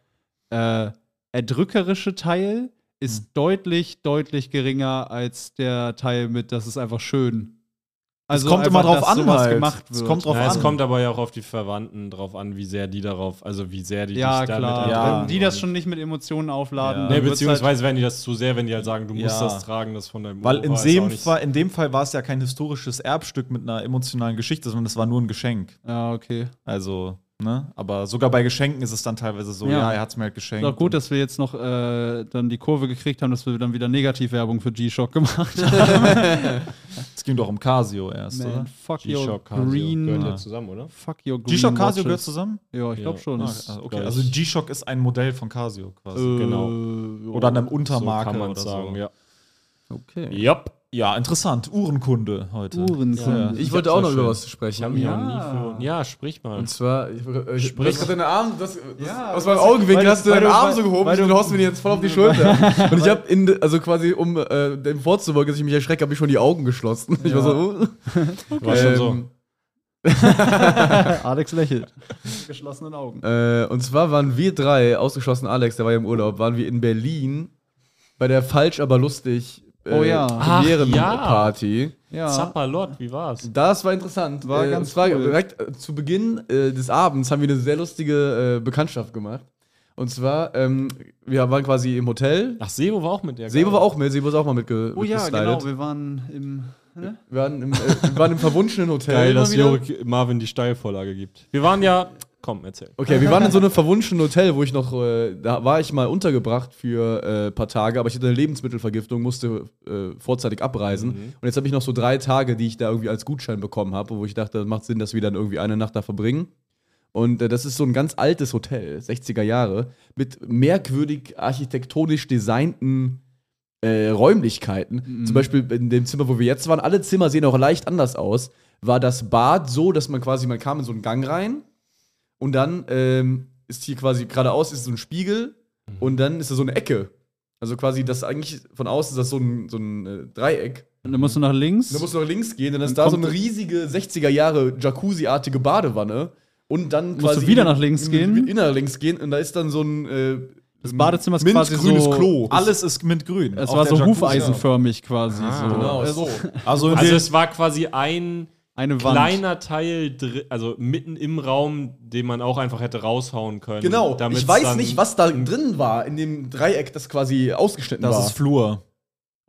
äh, erdrückerische Teil Hm. ist deutlich, deutlich geringer als der Teil mit, das ist einfach schön. Also kommt immer drauf an, was halt. gemacht Es wird. kommt drauf Ja, es an. kommt aber ja auch auf die Verwandten drauf an, wie sehr die darauf, also wie sehr die ja, dich damit klar. ertragen Wenn die das wollen. schon nicht mit Emotionen aufladen. Ja. Nee, dann wird's halt beziehungsweise wenn die das zu sehr, wenn die halt sagen, du musst Ja. das tragen, das von deinem Weil Opa in ist auch dem, nicht- Fall, in dem Fall war es ja kein historisches Erbstück mit einer emotionalen Geschichte, sondern es war nur ein Geschenk. Halt, ja, okay. Also, ne? Aber sogar bei Geschenken ist es dann teilweise so, Ja. ja, er hat es mir halt geschenkt. Ist auch gut, dass wir jetzt noch äh, dann die Kurve gekriegt haben, dass wir dann wieder Negativwerbung für [LAUGHS] G-Shock gemacht haben. es ging doch um Casio erst, oder? fuck your G-Shock, Casio, gehört ja green. zusammen, oder? Fuck your green. G-Shock Casio watches. gehört zusammen? Ja, ich Ja. glaube schon. Ah, Ist- Ah, okay, gleich. also G-Shock ist ein Modell von Casio quasi. genau. Oder einem so Untermarke kann man oder sagen, so. ja. Okay. Jupp. Ja, interessant. Uhrenkunde heute. Uhrenkunde. Ich wollte auch noch über was sprechen. Haben ja. Ja. nie für. Ja, sprich mal. Und zwar, ich, ich, ich Sprich. gerade deinen Arm, das, das, Ja, aus meinem Augenwinkel weil- hast du weil deinen du- Arm weil- so gehoben, weil du du- haust mir den jetzt voll auf die Schulter. Und ich habe in, also quasi, um äh, dem vorzubeugen, dass ich mich erschrecke, habe ich schon die Augen geschlossen. Ich war so, uh. War schon so. Alex lächelt. [LAUGHS] Mit geschlossenen Augen. Äh, und zwar waren wir drei, ausgeschlossen Alex, der war ja im Urlaub, waren wir in Berlin bei der Falsch, aber lustig äh, Oh ja. Ach, Premierenparty. Ja. Zappalot, wie war's? Das war interessant. War äh, ganz es war cool. direkt äh, zu Beginn äh, des Abends haben wir eine sehr lustige äh, Bekanntschaft gemacht. Und zwar, ähm, wir waren quasi im Hotel. Ach, Sebo war auch mit der. Sebo geil. war auch mit, Sebo ist auch mal mitge Oh ja, mitgeslidet. genau. Wir waren im. Ne? Wir waren im, äh, wir [LAUGHS] waren im verwunschenen Hotel. Geil, mal dass wieder. Jorik Marvin die Steilvorlage gibt. Wir waren ja. Komm, erzähl. Okay, wir waren in so einem verwunschenen Hotel, wo ich noch, äh, da war ich mal untergebracht für äh, ein paar Tage, aber ich hatte eine Lebensmittelvergiftung, musste äh, vorzeitig abreisen. Und jetzt habe ich noch so drei Tage, die ich da irgendwie als Gutschein bekommen habe, wo ich dachte, das macht Sinn, dass wir dann irgendwie eine Nacht da verbringen. Und äh, das ist so ein ganz altes Hotel, 60er Jahre, mit merkwürdig architektonisch designten äh, Räumlichkeiten. Zum Beispiel in dem Zimmer, wo wir jetzt waren, alle Zimmer sehen auch leicht anders aus. War das Bad so, dass man quasi, man kam in so einen Gang rein und dann ähm, ist hier quasi geradeaus ist so ein Spiegel Mhm. und dann ist da so eine Ecke. Also quasi das eigentlich von außen ist das so ein, so ein äh, Dreieck. Und dann musst du nach links. Und dann musst du nach links gehen, dann ist Dann da so kommt- eine riesige 60er Jahre Jacuzzi-artige Badewanne und dann Musst du wieder nach links gehen? Wieder nach links gehen und da ist dann so ein äh, das Badezimmer ist quasi grünes so. Klo. Alles ist mintgrün. Es Auf war der so Jacuzzi. Ah, hufeisenförmig quasi. so. Genau, Es- so. Also, in Also den- es war quasi ein Eine Wand. kleiner Teil, dr- also mitten im Raum, den man auch einfach hätte raushauen können. Genau, damit's ich weiß dann- nicht, was da drin war, in dem Dreieck, das quasi ausgeschnitten das war. ist Flur.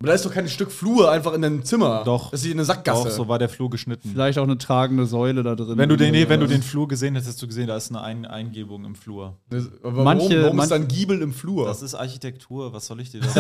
Aber da ist doch kein Stück Flur einfach in einem Zimmer. Doch. Das ist hier eine Auch Sackgasse. so war der Flur geschnitten. Vielleicht auch eine tragende Säule da drin. Wenn du, den, nee, Oder wenn du was. den Flur gesehen hättest, hättest du gesehen, da ist eine Ein Eingebung im Flur. Das- Aber Manche- warum, warum manche- ist da ein Giebel im Flur? Das ist Architektur, was soll [LAUGHS] ich dir das?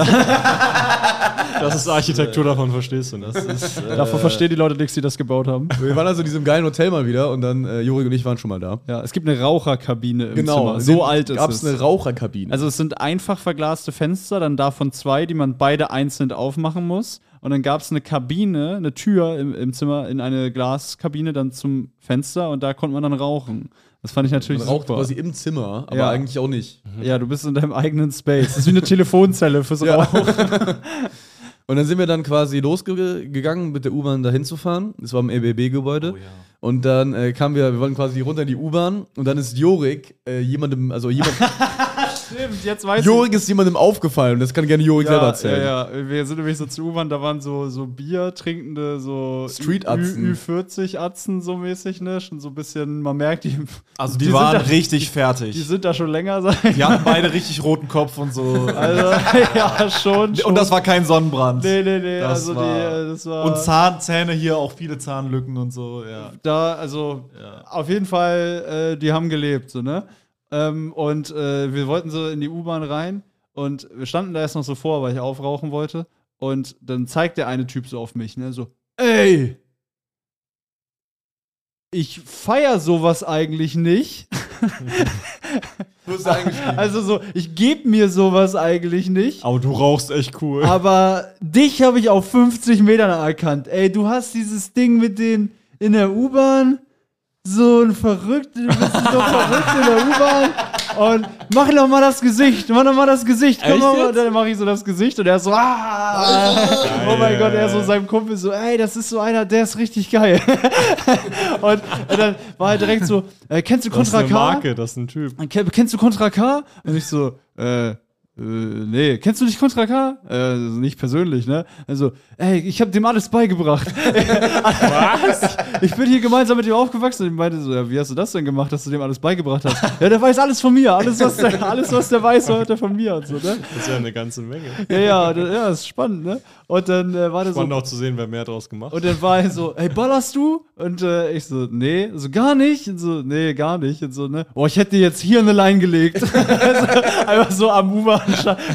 Das ist Architektur, davon verstehst du das. ist, äh, Davon verstehen die Leute nichts, die das gebaut [LAUGHS] haben. wir waren also in diesem geilen Hotel mal wieder und dann, äh, Juri und ich waren schon mal da. Ja, es gibt eine Raucherkabine im Genau, Genau, Zimmer. in So dem alt ist gab's es. eine Raucherkabine. Also es sind einfach verglaste Fenster, dann davon zwei, die man beide einzeln aufmachen muss. Und dann gab es eine Kabine, eine Tür im, im Zimmer in eine Glaskabine dann zum Fenster und da konnte man dann rauchen. Das fand ich natürlich man raucht super. quasi im Zimmer, aber Ja. eigentlich auch nicht. Ja, du bist in deinem eigenen Space. Das ist wie [LAUGHS] eine Telefonzelle fürs Rauchen. Und dann sind wir dann quasi losgegangen, mit der U-Bahn dahin zu fahren. Das war im EBB-Gebäude. Und dann [LAUGHS] äh, kamen wir, wir wollten quasi runter in die U-Bahn und dann ist Jorik äh, jemandem, also jemand, [LAUGHS] Stimmt, jetzt weiß Jorik ist jemandem aufgefallen, das kann gerne Jorik ich. selber Ja, erzählen. ja, ja. Wir sind nämlich so zur U-Bahn, da waren so, so Bier trinkende, so Street-Atzen. Ü40-Atzen so mäßig, ne? Schon so ein bisschen, man merkt, die, Also die, Die sind waren da- richtig fertig. die Die, sind da schon länger [LAUGHS] sein. hatten beide [LAUGHS] richtig roten Kopf und so. [LAUGHS] Also, [LAUGHS] ja, schon. schon. und das war kein Sonnenbrand. Nee, nee, nee. Das also war- die, äh, das war. Und Zahnzähne hier, auch viele Zahnlücken und so, ja. da, also auf jeden Fall, äh, die haben gelebt, so, ne? Ähm, und äh, wir wollten so in die U-Bahn rein und wir standen da erst noch so vor, weil ich aufrauchen wollte. Und dann zeigt der eine Typ so auf mich, ne? So, ey! Ich feier sowas [LAUGHS] eigentlich nicht. also so, ich geb mir sowas eigentlich nicht. Aber du rauchst echt cool. Aber dich habe ich auf 50 Metern erkannt. Ey, du hast dieses Ding mit den in der U-Bahn. So ein Verrückter, du bist so verrückt in der U-Bahn. Und mach noch mal das Gesicht, mach noch mal das Gesicht. Komm noch mal, dann mache ich so das Gesicht und er ist so, ah, oh mein Gott, er ist so seinem Kumpel so, ey, das ist so einer, der ist richtig geil. und, und dann war er direkt so, äh, kennst du das ist Contra eine K? Marke, das ist ein Typ. Und ke- Kennst du Contra K? Und ich so, äh, äh, nee, kennst du nicht Contra K? Äh, also nicht persönlich, ne? Also, ey, ich habe dem alles beigebracht. Was? [LAUGHS] Ich bin hier gemeinsam mit ihm aufgewachsen und ich meinte so, ja, wie hast du das denn gemacht, dass du dem alles beigebracht hast? Ja, der weiß alles von mir, alles was der, alles, was der weiß, hört er von mir und so, ne? Das ist ja eine ganze [LAUGHS] Menge. Ja, ja, da- ja, ist spannend, ne? Und dann äh, war der so, Spannend auch zu sehen, wer mehr draus gemacht und hat. dann war er so, hey, ballerst du? Und äh, ich so, nee, so gar nicht. Und so, nee, gar nicht. Und so, ne? Oh, ich hätte dir jetzt hier eine Line gelegt. [LAUGHS] also, einfach so am Uber.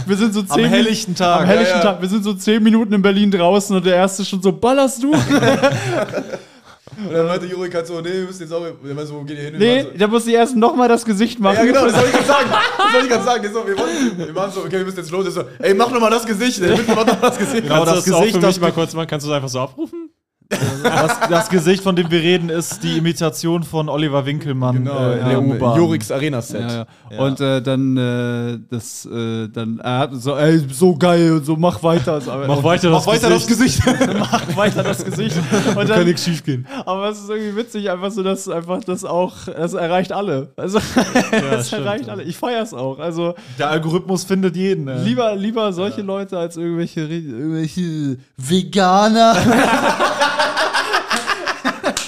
Wir sind so zehn Minuten- Tag. Am helllichten Tag. Wir sind so zehn Minuten in Berlin draußen und der erste schon so, ballerst du? Und dann meinte Jorik halt so, nee, wir müssen jetzt auch, der meinte so, wo geht ihr hin? Und nee, wir waren so- da muss ich erst nochmal das Gesicht machen. Ja, [LAUGHS] genau, das soll ich gerade sagen. Das soll ich gerade sagen. Der So, wir, wollen, wir waren so, okay, wir müssen jetzt los. Der So, ey, mach nochmal das Gesicht. Ey, bitte mach noch mal das Gesicht. Genau das, auch Gesicht, für mich das, mal- kurz machen? Kannst du es einfach so abrufen? das, das Gesicht, von dem wir reden, ist die Imitation von Oliver Winkelmann äh, in der ähm, U-Bahn. Joriks Arena-Set. Ja, ja. Und äh, dann, äh, das, äh, dann, er hat so, ey, so geil und so, mach weiter. Also, aber- Mach weiter das Gesicht. Gesicht. [LAUGHS] mach weiter das Gesicht. Und Kann dann, nichts schief gehen. Aber es ist irgendwie witzig, einfach so, dass einfach das auch, das erreicht alle. Also, [LAUGHS] das stimmt, erreicht ja. alle. Ich feier's auch. Also, Der Algorithmus findet jeden. äh. lieber, lieber solche Leute als irgendwelche, Re- irgendwelche Veganer.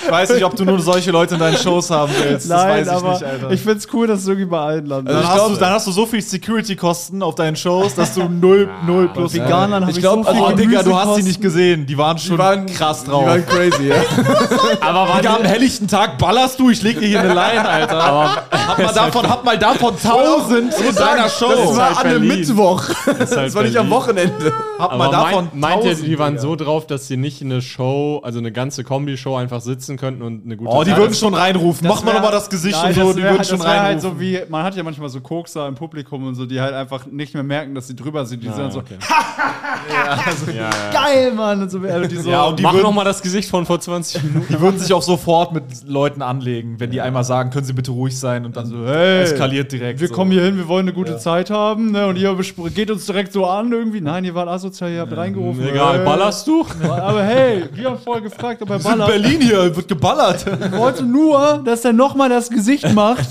Ich weiß nicht, ob du nur solche Leute in deinen Shows haben willst. Nein, das weiß ich aber nicht, Alter. Also ich find's cool, dass es irgendwie bei allen landet. dann, hast du, dann hast du so viel Security-Kosten auf deinen Shows, dass du null, null plus Veganern hab Ich glaub, viel also, Oh, Digga, du hast sie Gemüsekosten. nicht gesehen. Die waren schon krass drauf. Die waren crazy, ja. [LAUGHS] aber waren Digga, am helllichten Tag ballerst du, ich leg dir hier eine Line, Alter. [LAUGHS] hab mal davon, hab mal davon tausend in deiner Show. Das war an einem Berlin. Mittwoch. Das, ist halt Das war nicht am Berlin. Wochenende. Hab mal Aber davon mein, meint ihr, tausend, die waren Digga. so drauf, dass sie nicht eine Show, also eine ganze Comedy-Show einfach sitzen könnten und eine gute Oh, die Zeit- würden schon reinrufen. Mach mal wär- nochmal das Gesicht Nein, und so, das die wär- würden schon das wär halt reinrufen. so wie, man hat ja manchmal so Kokser im Publikum und so, die halt einfach nicht mehr merken, dass sie drüber sind. Die sind dann so, [LAUGHS] also, geil, Mann. Und so, [LAUGHS] also die so, ja, und die Mach würden, nochmal das Gesicht von [LAUGHS] vor 20 Minuten. die würden sich auch sofort mit Leuten anlegen, wenn die einmal sagen, können sie bitte ruhig sein und dann so, hey, eskaliert direkt. Wir so. kommen hier hin, wir wollen eine gute Zeit haben, ne? Und ihr bespr- geht uns direkt so an irgendwie. Nein, ihr wart asozial, ihr habt reingerufen. Egal, Äh, [LAUGHS] ballerst du? Aber hey, wir haben vorher [LAUGHS] gefragt, ob er In ballert. Berlin hier wird geballert. Ich wollte nur, dass er nochmal [LAUGHS] das Gesicht macht.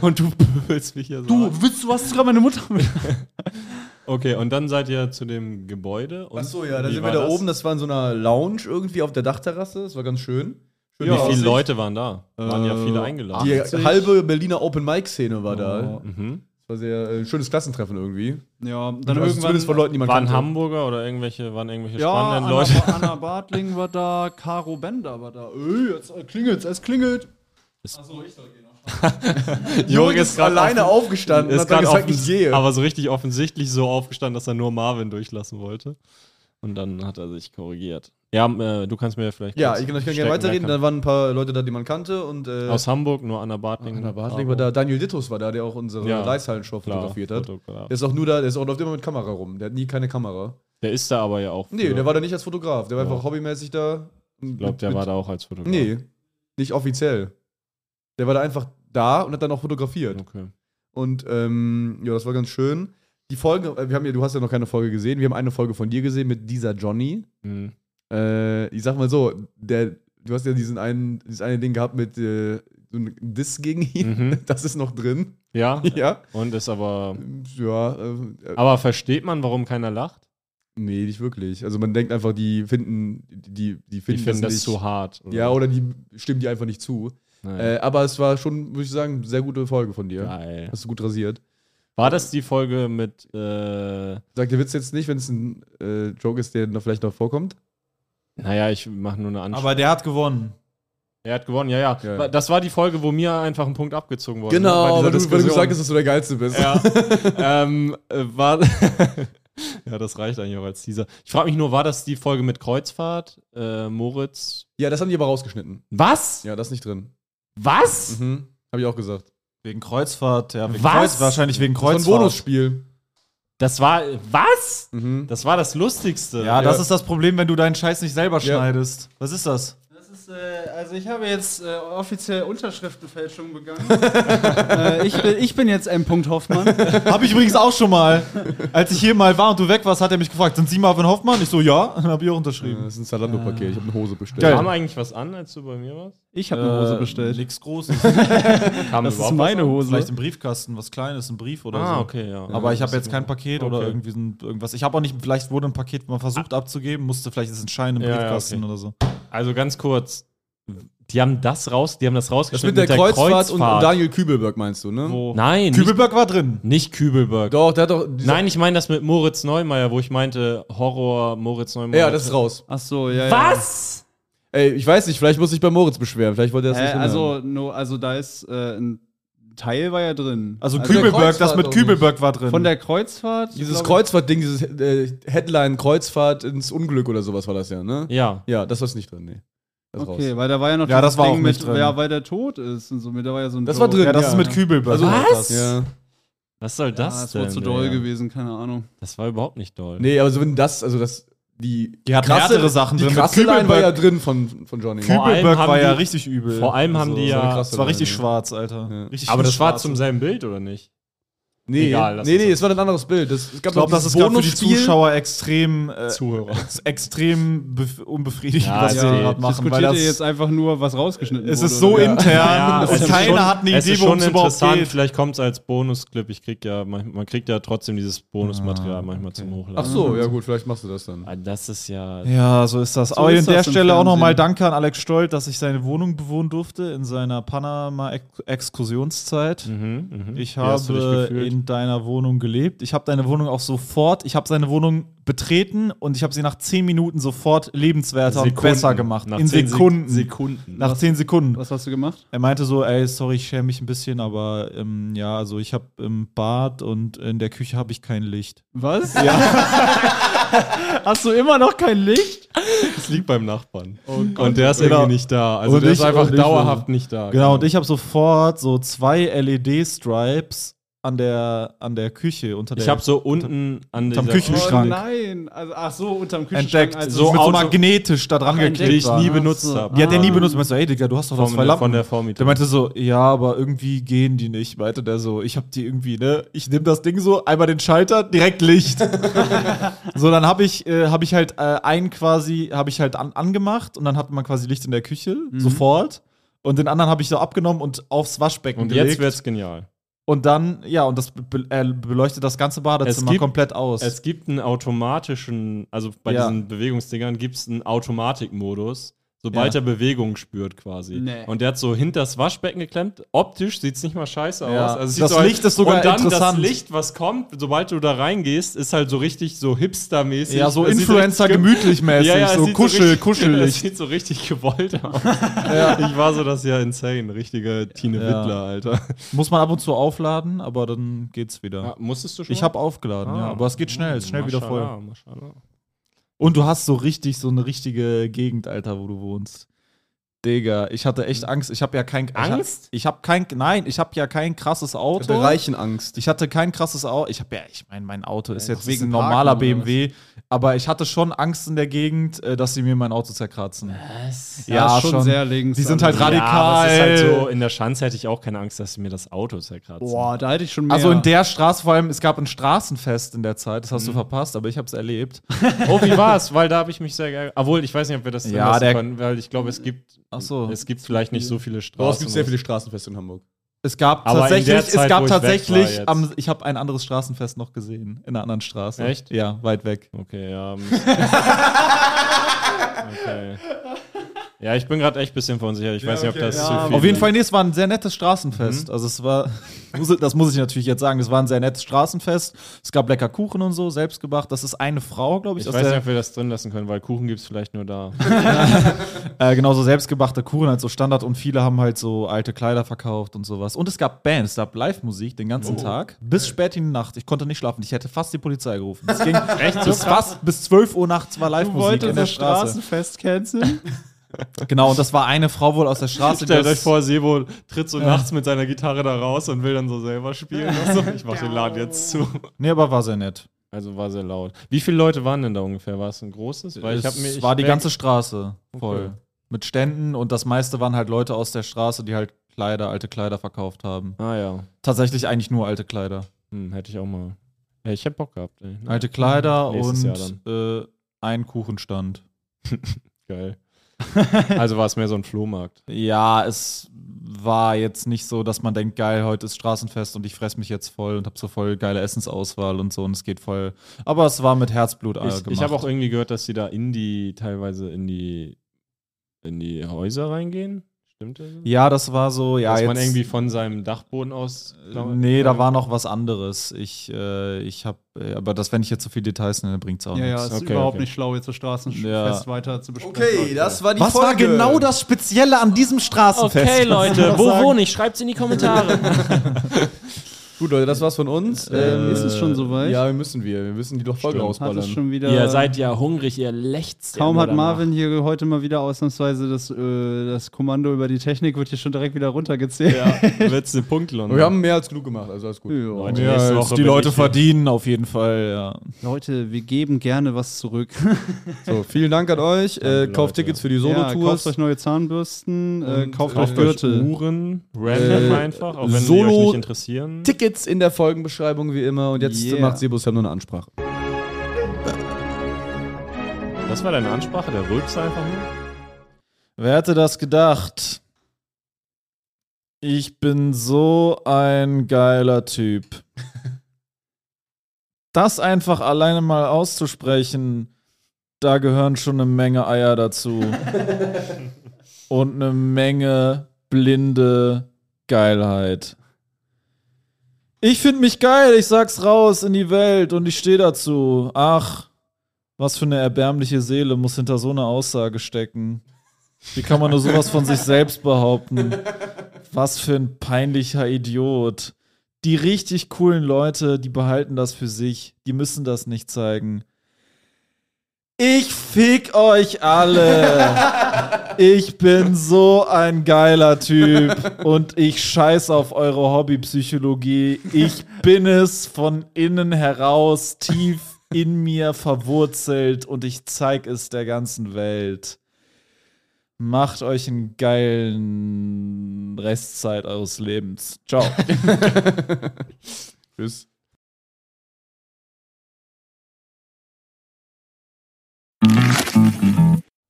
Und du pöbelst mich hier so. Du, willst du was sogar meine Mutter mit? Okay, und dann seid ihr zu dem Gebäude. Und Achso, ja, da wie sind wir war da das? oben. Das war in so einer Lounge irgendwie auf der Dachterrasse. Das war ganz schön. Wie Schöne viele Aussicht. Leute waren da? Waren ja viele eingeladen. Äh, Die halbe Berliner Open-Mic-Szene war da. Mhm. Das war sehr äh, schönes Klassentreffen irgendwie. Ja, dann Also zumindest von Leuten, die man Waren kannte. Hamburger oder irgendwelche, waren irgendwelche Ja, spannenden Anna, Leute? Anna Bartling war da, Caro Bender war da. Öh, jetzt klingelt's, es klingelt. Jörg ist grad alleine aufgestanden und Ist hat dann gerade gesagt, offen, ich gehe. aber so richtig offensichtlich so aufgestanden, dass er nur Marvin durchlassen wollte. Und dann hat er sich korrigiert. Ja, äh, du kannst mir ja vielleicht. ja, kurz ich, genau, ich kann stecken, gerne weiterreden. wer Da waren ein paar Leute da, die man kannte. Und äh, kann. Aus Hamburg, nur Anna Bartling. Anna Bartling war da. Daniel Dittus war da, der auch unsere Ja. Leishallenshow Klar, fotografiert hat. Fotograf. Der ist auch nur da, der ist auch, läuft immer mit Kamera rum. Der hat nie keine Kamera. Der ist da aber ja auch. Nee, für- der war da nicht als Fotograf. Der war Ja. einfach hobbymäßig da. Ich glaube, der war da auch als Fotograf. Nee, nicht offiziell. Der war da einfach da und hat dann auch fotografiert. Okay. Und ähm, ja, das war ganz schön. Die Folgen, äh, wir haben ja, du hast ja noch keine Folge gesehen. Wir haben eine Folge von dir gesehen mit dieser Johnny. Mhm. Äh, ich sag mal so, der, du hast ja diesen einen, dieses eine Ding gehabt mit, äh, so ein Diss gegen ihn. Mhm. [LAUGHS] Das ist noch [LAUGHS] drin. Ja. Ja. Und ist aber. Ja, äh, äh, Aber versteht man, warum keiner lacht? nee, nicht wirklich. Also man denkt einfach, die finden, die, die Die finden, finden das nicht, zu hart. Ja, oder die stimmen die einfach nicht zu. Naja. Äh, aber es war schon, würde ich sagen, sehr gute Folge von dir. Geil. Hast du gut rasiert. War das die Folge mit. Äh, Sagt der Witz jetzt nicht, wenn es ein äh, Joke ist, der noch vielleicht noch vorkommt? naja, ich mache nur eine Anspielung. Aber der hat gewonnen. Er hat gewonnen, ja, ja, Ja. Wa- Das war die Folge, wo mir einfach ein Punkt abgezogen wurde. ne, bei weil dieser Genau, du, weil du Diskussion. gesagt hast, dass du der Geilste bist. [LAUGHS] Ja. ähm, äh, war. [LAUGHS] ja, das reicht eigentlich auch als Teaser. Ich frage mich nur, war das die Folge mit Kreuzfahrt? Äh, Moritz. Ja, das haben die aber rausgeschnitten. Was? Ja, das ist nicht drin. Was? Mhm. Habe ich auch gesagt. Wegen Kreuzfahrt, ja. Wegen Was? Kreuz, wahrscheinlich wegen Das war ein Kreuzfahrt. Bonusspiel. Das war. Was? Mhm. Das war das Lustigste. Ja, das Ja. ist das Problem, wenn du deinen Scheiß nicht selber Ja. schneidest. Was ist das? Das ist, äh, also ich habe jetzt äh, offiziell Unterschriftenfälschung [LAUGHS] begangen. äh, ich, bin, ich bin jetzt M. Hoffmann. Habe ich übrigens auch schon mal. Als ich hier mal war und du weg warst, hat er mich gefragt, sind Sie Marvin Hoffmann? Ich so, ja. Dann habe ich auch Ja, unterschrieben. Das ist ein Zalando-Paket. Ich habe eine Hose bestellt. Geil. Kam eigentlich was an, als du bei mir warst? Ich habe eine Hose Äh, bestellt. Nix [LAUGHS] Großes. Kam das ist überhaupt meine was an? Hose. ne? Vielleicht im Briefkasten, was Kleines, ein Brief oder Ah, so. okay, ja. Aber ich habe jetzt kein Paket oder Okay. irgendwie so ein, irgendwas. Ich habe auch nicht, vielleicht wurde ein Paket mal versucht abzugeben, musste, vielleicht ist ein Schein im Ja, ja, Briefkasten okay. oder so. Also ganz kurz. Die haben das raus, die haben das Das rausgeschnitten mit der, Kreuzfahrt, und Daniel Kübelberg meinst du, ne? Nein, nicht, Kübelberg war drin. nicht Kübelberg. Doch, der hat doch. diese- Nein, ich meine das mit Moritz Neumeier, wo ich meinte Horror Moritz Neumeier. Ja, das ist raus. Ach so, ja. Was? Ey, ich weiß nicht, vielleicht muss ich bei Moritz beschweren. Vielleicht wollte er Ja. das Äh, nicht also, no, also da ist äh, ein Teil war ja drin. Also, der Kübelberg, das Kreuzfahrt mit auch Kübelberg war drin. von der Kreuzfahrt. Dieses glaub Kreuzfahrt-Ding, dieses äh, Headline-Kreuzfahrt ins Unglück oder sowas war das ja, ne? Ja. Ja, das war's nicht drin, nee. ich- Das ist Okay, raus. weil da war ja noch Ja, das dieses war auch mit, nicht drin. Ja, weil der tot ist und so. Da war ja so ein Das war Joke. drin, ja, das ja. ist mit Kübelberg. Also, Was? Ja. Was soll Ja, das das denn? war zu doll ey? gewesen, keine Ahnung. Das war überhaupt nicht doll. Nee, aber so wenn das, also das, die, Die hatten härtere Sachen die drin. krasse Mit Line war ja Kübelberg- drin von, von Johnny. Vor allem Kübelberg haben war ja die- richtig übel. Vor allem haben Also die so eine ja. krasse- Das war richtig Ja. schwarz, Alter. Ja. Richtig Aber viel das war schwarz. zum selben Bild, oder nicht? Nee, Egal, lass nee, uns nee, das- es war ein anderes Bild. Das, es gab Ich glaube, noch das dieses ist gerade für die Bonusspiel. Zuschauer extrem, äh, Zuhörer. extrem bef- unbefriedigend, Ja, was also ja. sie gerade machen. Weil Diskutiert das, ihr jetzt einfach nur, was rausgeschnitten es wurde? ist so oder? intern Ja, es und ist Also keiner schon- hat eine es Idee, ist schon worum es überhaupt interessant. geht. Vielleicht kommt es als Bonusclip. Ich krieg ja, man, man kriegt ja trotzdem dieses Bonusmaterial manchmal zum Hochladen. Ach so, ja gut, vielleicht machst du das dann. Ah, Das ist ja. Ja, so ist das. So Aber ist an der das im Stelle auch nochmal Fernsehen. Danke an Alex Stolt, dass ich seine Wohnung bewohnen durfte in seiner Panama-Exkursionszeit. Mhm, mhm. Ich Wie hast du dich habe gefühlt? in deiner Wohnung gelebt. Ich habe deine Wohnung auch sofort, ich habe seine Wohnung betreten und ich habe sie nach 10 Minuten sofort lebenswerter und Sekunden. besser gemacht. Nach in zehn Sek- Sekunden. Sekunden. Nach 10 Sekunden. Was hast du gemacht? Er meinte so, ey, sorry, ich schäme mich ein bisschen, aber ähm, ja, also ich habe im Bad und in der Küche habe ich kein Licht. Was? [LAUGHS] hast du immer noch kein Licht? Das liegt beim Nachbarn. und der ist irgendwie nicht da. Also Oh Und der ich- ist einfach und ich- dauerhaft nicht da. Genau, und ich habe sofort so zwei LED-Stripes an der, an der Küche unter der Ich habe so unten an Unterm dieser Küchenschrank. Oh nein. Also, ach so, unterm also Küchenschrank. entdeckt, als so, es- mit so Auto- magnetisch da dran entdeckt geklebt. die ich war. ne? nie Ah, benutzt so. habe. Die hat er nie Ah. benutzt. Meinst du, ey, Digga, du hast doch da Von, zwei der- Lampen. von der der Vormieterin. meinte so, ja, aber irgendwie gehen die nicht. Meinte der so, ich hab die irgendwie, ne? Ich nehme das Ding so, einmal den Schalter, direkt Licht. so, dann habe ich, äh, hab ich halt äh, einen quasi, habe ich halt an, angemacht und dann hatte man quasi Licht in der Küche, sofort. Und den anderen habe ich so abgenommen und aufs Waschbecken und gelegt. jetzt wird's genial. Und dann, ja, und das be äh, beleuchtet das ganze Badezimmer Es gibt- komplett aus. Es gibt einen automatischen, also bei Ja. diesen Bewegungsdingern gibt es einen Automatikmodus, sobald Ja. er Bewegung spürt quasi. Nee. Und der hat so hinter das Waschbecken geklemmt. Optisch sieht es nicht mal scheiße Ja. aus. Also es Das sieht so Licht ist sogar und dann interessant. das Licht, was kommt, sobald du da reingehst, ist halt so richtig so hipstermäßig. ja, so Es sieht Influencer richtig ge- gemütlich mäßig, [LAUGHS] Ja, ja, es so sieht kuschel, richtig, [LAUGHS] Es kuschelig. sieht so richtig gewollt aus. Ich war so, das ist ja insane. Richtige Tine Ja. Wittler, Alter. Muss man ab und zu aufladen, aber dann geht's wieder. musstest du schon? Ich habe aufgeladen, ja, Ah. aber es geht schnell, ist schnell wieder voll. voll. Und du hast so richtig so eine richtige Gegend, Alter, wo du wohnst. Digga, ich hatte echt Angst. Ich habe ja kein Hm. Angst? Ich habe hab kein nein, ich habe ja kein krasses Auto. Bereichenangst. Ich hatte kein krasses Auto. Ich habe ja, ich meine, mein Auto ist Ja, jetzt wegen ein normaler Parken oder BMW, Aber ich hatte schon Angst in der Gegend, äh, dass sie mir mein Auto zerkratzen. Was? Ja, ist schon, sehr links. Die sind halt alles. radikal. Ja, aber es ist halt so, in der Schanze hätte ich auch keine Angst, dass sie mir das Auto zerkratzen. Boah, da hätte ich schon mehr. Also in der Straße, vor allem, es gab ein Straßenfest in der Zeit, das hast du Mhm. verpasst, aber ich habe es erlebt. Oh, wie war's? Weil da habe ich mich sehr geärgert. Obwohl, ich weiß nicht, ob wir das drin Ja, lassen der- können, weil ich glaube, es gibt, Ach so. es gibt vielleicht nicht so viele Straßen. Boah, es gibt sehr viele Straßenfeste in Hamburg. Es gab Aber in tatsächlich, der es Zeit, gab wo ich weg war tatsächlich, jetzt. am, ich habe ein anderes Straßenfest noch gesehen, in einer anderen Straße. Echt? Ja, weit weg. Okay, ja. [LAUGHS] ähm, okay. Ja, ich bin gerade echt ein bisschen verunsichert. Ich weiß nicht, ob das zu viel Auf jeden Fall, nee, es war ein sehr nettes Straßenfest. Mhm. Also es war, [LAUGHS] muss- das muss ich natürlich jetzt sagen, es war ein sehr nettes Straßenfest. Es gab lecker Kuchen und so, selbst gemacht. Das ist eine Frau, glaube ich, Ich aus weiß nicht, der, ob wir das drin lassen können, weil Kuchen gibt es vielleicht nur [LAUGHS] da. äh, genauso selbstgebachte Kuchen, halt so Standard und viele haben halt so alte Kleider verkauft und sowas. Und es gab Bands, es gab Live-Musik den Oh. ganzen Tag, bis spät in die Nacht. Ich konnte nicht schlafen, ich hätte fast die Polizei gerufen. [LAUGHS] Es ging echt bis, fast, bis 12 Uhr nachts war du Live-Musik wolltest in der das Straße. Straßenfest canceln? Genau, und das war eine Frau wohl aus [LAUGHS] der Straße. Stellt die euch das- vor, Sebo tritt so nachts mit seiner Gitarre da raus und will dann so selber [LAUGHS] spielen. Also, ich mach den Laden jetzt zu. Nee, aber war sehr nett. Also war sehr laut. Wie viele Leute waren denn da ungefähr? War es ein großes? Weil ich hab es mir, ich war die merk- ganze Straße voll Okay. mit Ständen und das meiste waren halt Leute aus der Straße, die halt Kleider, alte Kleider verkauft haben. Ah ja, Tatsächlich eigentlich nur alte Kleider. hm, hätte ich auch mal. Ey, ich hätte Bock gehabt. Ey. Alte Kleider Nächstes Jahr und äh, ein Kuchenstand. Geil. [LAUGHS] Also war es mehr so ein Flohmarkt. Ja, es war jetzt nicht so, dass man denkt, geil, heute ist Straßenfest und ich fress mich jetzt voll und hab so voll geile Essensauswahl und so und es geht voll. Aber es war mit Herzblut äh, Ich, gemacht. ich habe auch irgendwie gehört, dass sie da in die, teilweise in die, in die Häuser reingehen. Stimmt das? ja, das war so, ja, Dass jetzt äh, man irgendwie von seinem Dachboden aus. Nee, da war noch was anderes. Ich, äh, ich habe, äh, aber das, wenn ich jetzt so viele Details nenne, bringt's auch ja, ja, nichts. ist Okay, überhaupt okay. nicht schlau, jetzt das Straßenfest Ja. weiter zu besprechen. war die Was war genau das Spezielle an diesem Straßenfest? Okay, [LAUGHS] Leute, wo sagen? wohne ich? Schreibt's in die Kommentare. [LAUGHS] Gut, Leute, das war's von uns. Äh, ist es schon soweit? Ja, wir müssen wir. Wir müssen die doch Folge Genau. Hat rausballern. es schon wieder. ihr seid ja hungrig, ihr lechzt. ja Kaum nur hat danach. Marvin hier heute mal wieder ausnahmsweise das, äh, das Kommando über die Technik, wird hier schon direkt wieder runtergezählt. Ja, letzte Punktlohn. wir haben mehr als genug gemacht, also alles gut. Ja. Leute, Ja, nächste jetzt Woche die bin Leute ich hier. verdienen auf jeden Fall, ja. Leute, wir geben gerne was zurück. [LAUGHS] So, vielen Dank an euch. Äh, Danke, kauft Leute. Tickets für die ja, kauft Solo-Tours. euch neue Zahnbürsten, äh, Und kauft euch Kauft euch Gürtel. Uhren, random Äh, einfach, auch wenn Solo- sie euch nicht interessieren. Tickets in der Folgenbeschreibung wie immer. Und jetzt Yeah. macht Sebus noch eine Ansprache. Das war deine Ansprache, der rülpst einfach nur. Wer hätte das gedacht? Ich bin so ein geiler Typ. Das einfach alleine mal auszusprechen, da gehören schon eine Menge Eier dazu. Und eine Menge blinde Geilheit. Ich finde mich geil, ich sag's raus in die Welt und ich stehe dazu. Ach, was für eine erbärmliche Seele muss hinter so einer Aussage stecken. Wie kann man nur sowas von sich selbst behaupten? Was für ein peinlicher Idiot. Die richtig coolen Leute, die behalten das für sich. Die müssen das nicht zeigen. Ich fick euch alle. Ich bin so ein geiler Typ und ich scheiß auf eure Hobbypsychologie. Ich bin es von innen heraus tief in mir verwurzelt und ich zeig es der ganzen Welt. Macht euch einen geilen Restzeit eures Lebens. Ciao. Tschüss.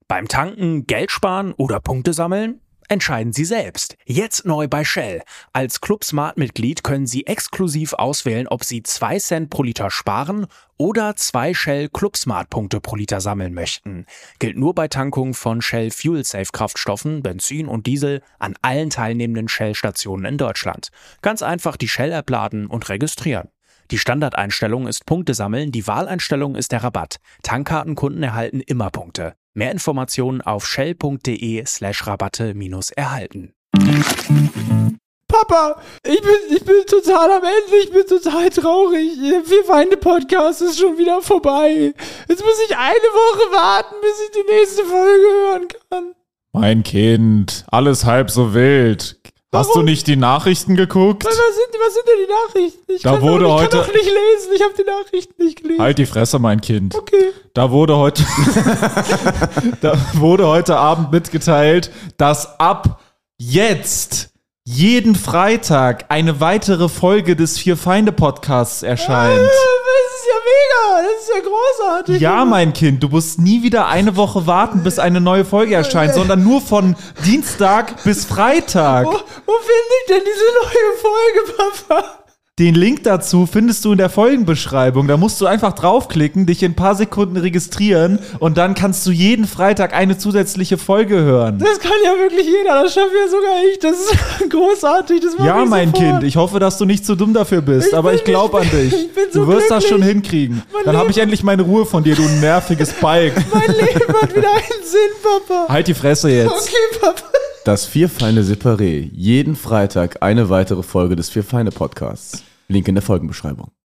Beim Tanken, Geld sparen oder Punkte sammeln? Entscheiden Sie selbst. Jetzt neu bei Shell. Als Club Smart Mitglied können Sie exklusiv auswählen, ob Sie 2 Cent pro Liter sparen oder 2 Shell Club Smart Punkte pro Liter sammeln möchten. Gilt nur bei Tankungen von Shell Fuel Safe Kraftstoffen, Benzin und Diesel an allen teilnehmenden Shell Stationen in Deutschland. Ganz einfach die Shell App laden und registrieren. Die Standardeinstellung ist Punkte sammeln, die Wahleinstellung ist der Rabatt. Tankkartenkunden erhalten immer Punkte. Mehr Informationen auf shell.de slash Rabatte minus erhalten. Papa, ich bin, ich bin total am Ende, ich bin total traurig. Wir weinen Podcast ist schon wieder vorbei. Jetzt muss ich eine Woche warten, bis ich die nächste Folge hören kann. Mein Kind, alles halb so wild. Hast du nicht die Nachrichten geguckt? Was sind, was sind denn die Nachrichten? Ich Da kann wurde doch, ich heute- kann doch nicht lesen. Ich habe die Nachrichten nicht gelesen. Halt die Fresse, mein Kind. Okay. Da wurde heute, [LAUGHS] da wurde heute Abend mitgeteilt, dass ab jetzt jeden Freitag eine weitere Folge des Vier Feinde Podcasts erscheint. Das ist ja mega. Das ist ja großartig. Ja, mein Kind, du musst nie wieder eine Woche warten, bis eine neue Folge erscheint, sondern nur von Dienstag bis Freitag. Wo, wo finde ich denn diese neue Folge, Papa? Den Link dazu findest du in der Folgenbeschreibung. Da musst du einfach draufklicken, dich in ein paar Sekunden registrieren und dann kannst du jeden Freitag eine zusätzliche Folge hören. Das kann ja wirklich jeder. Das schaffe ja sogar ich. Das ist [LAUGHS] großartig. Das mach Ja, ich mein sofort. Kind, ich hoffe, dass du nicht zu dumm dafür bist, Ich aber bin ich glaube an nicht- dich. [LAUGHS] ich bin so du wirst das glücklich. schon hinkriegen. Mein Dann habe Leben- ich endlich meine Ruhe von dir, du nerviges Balk. [LAUGHS] mein Leben hat wieder einen Sinn, Papa. Halt die Fresse jetzt. Okay, Papa. Das Vierfeine Separé. Jeden Freitag eine weitere Folge des Vierfeine Podcasts. Link in der Folgenbeschreibung.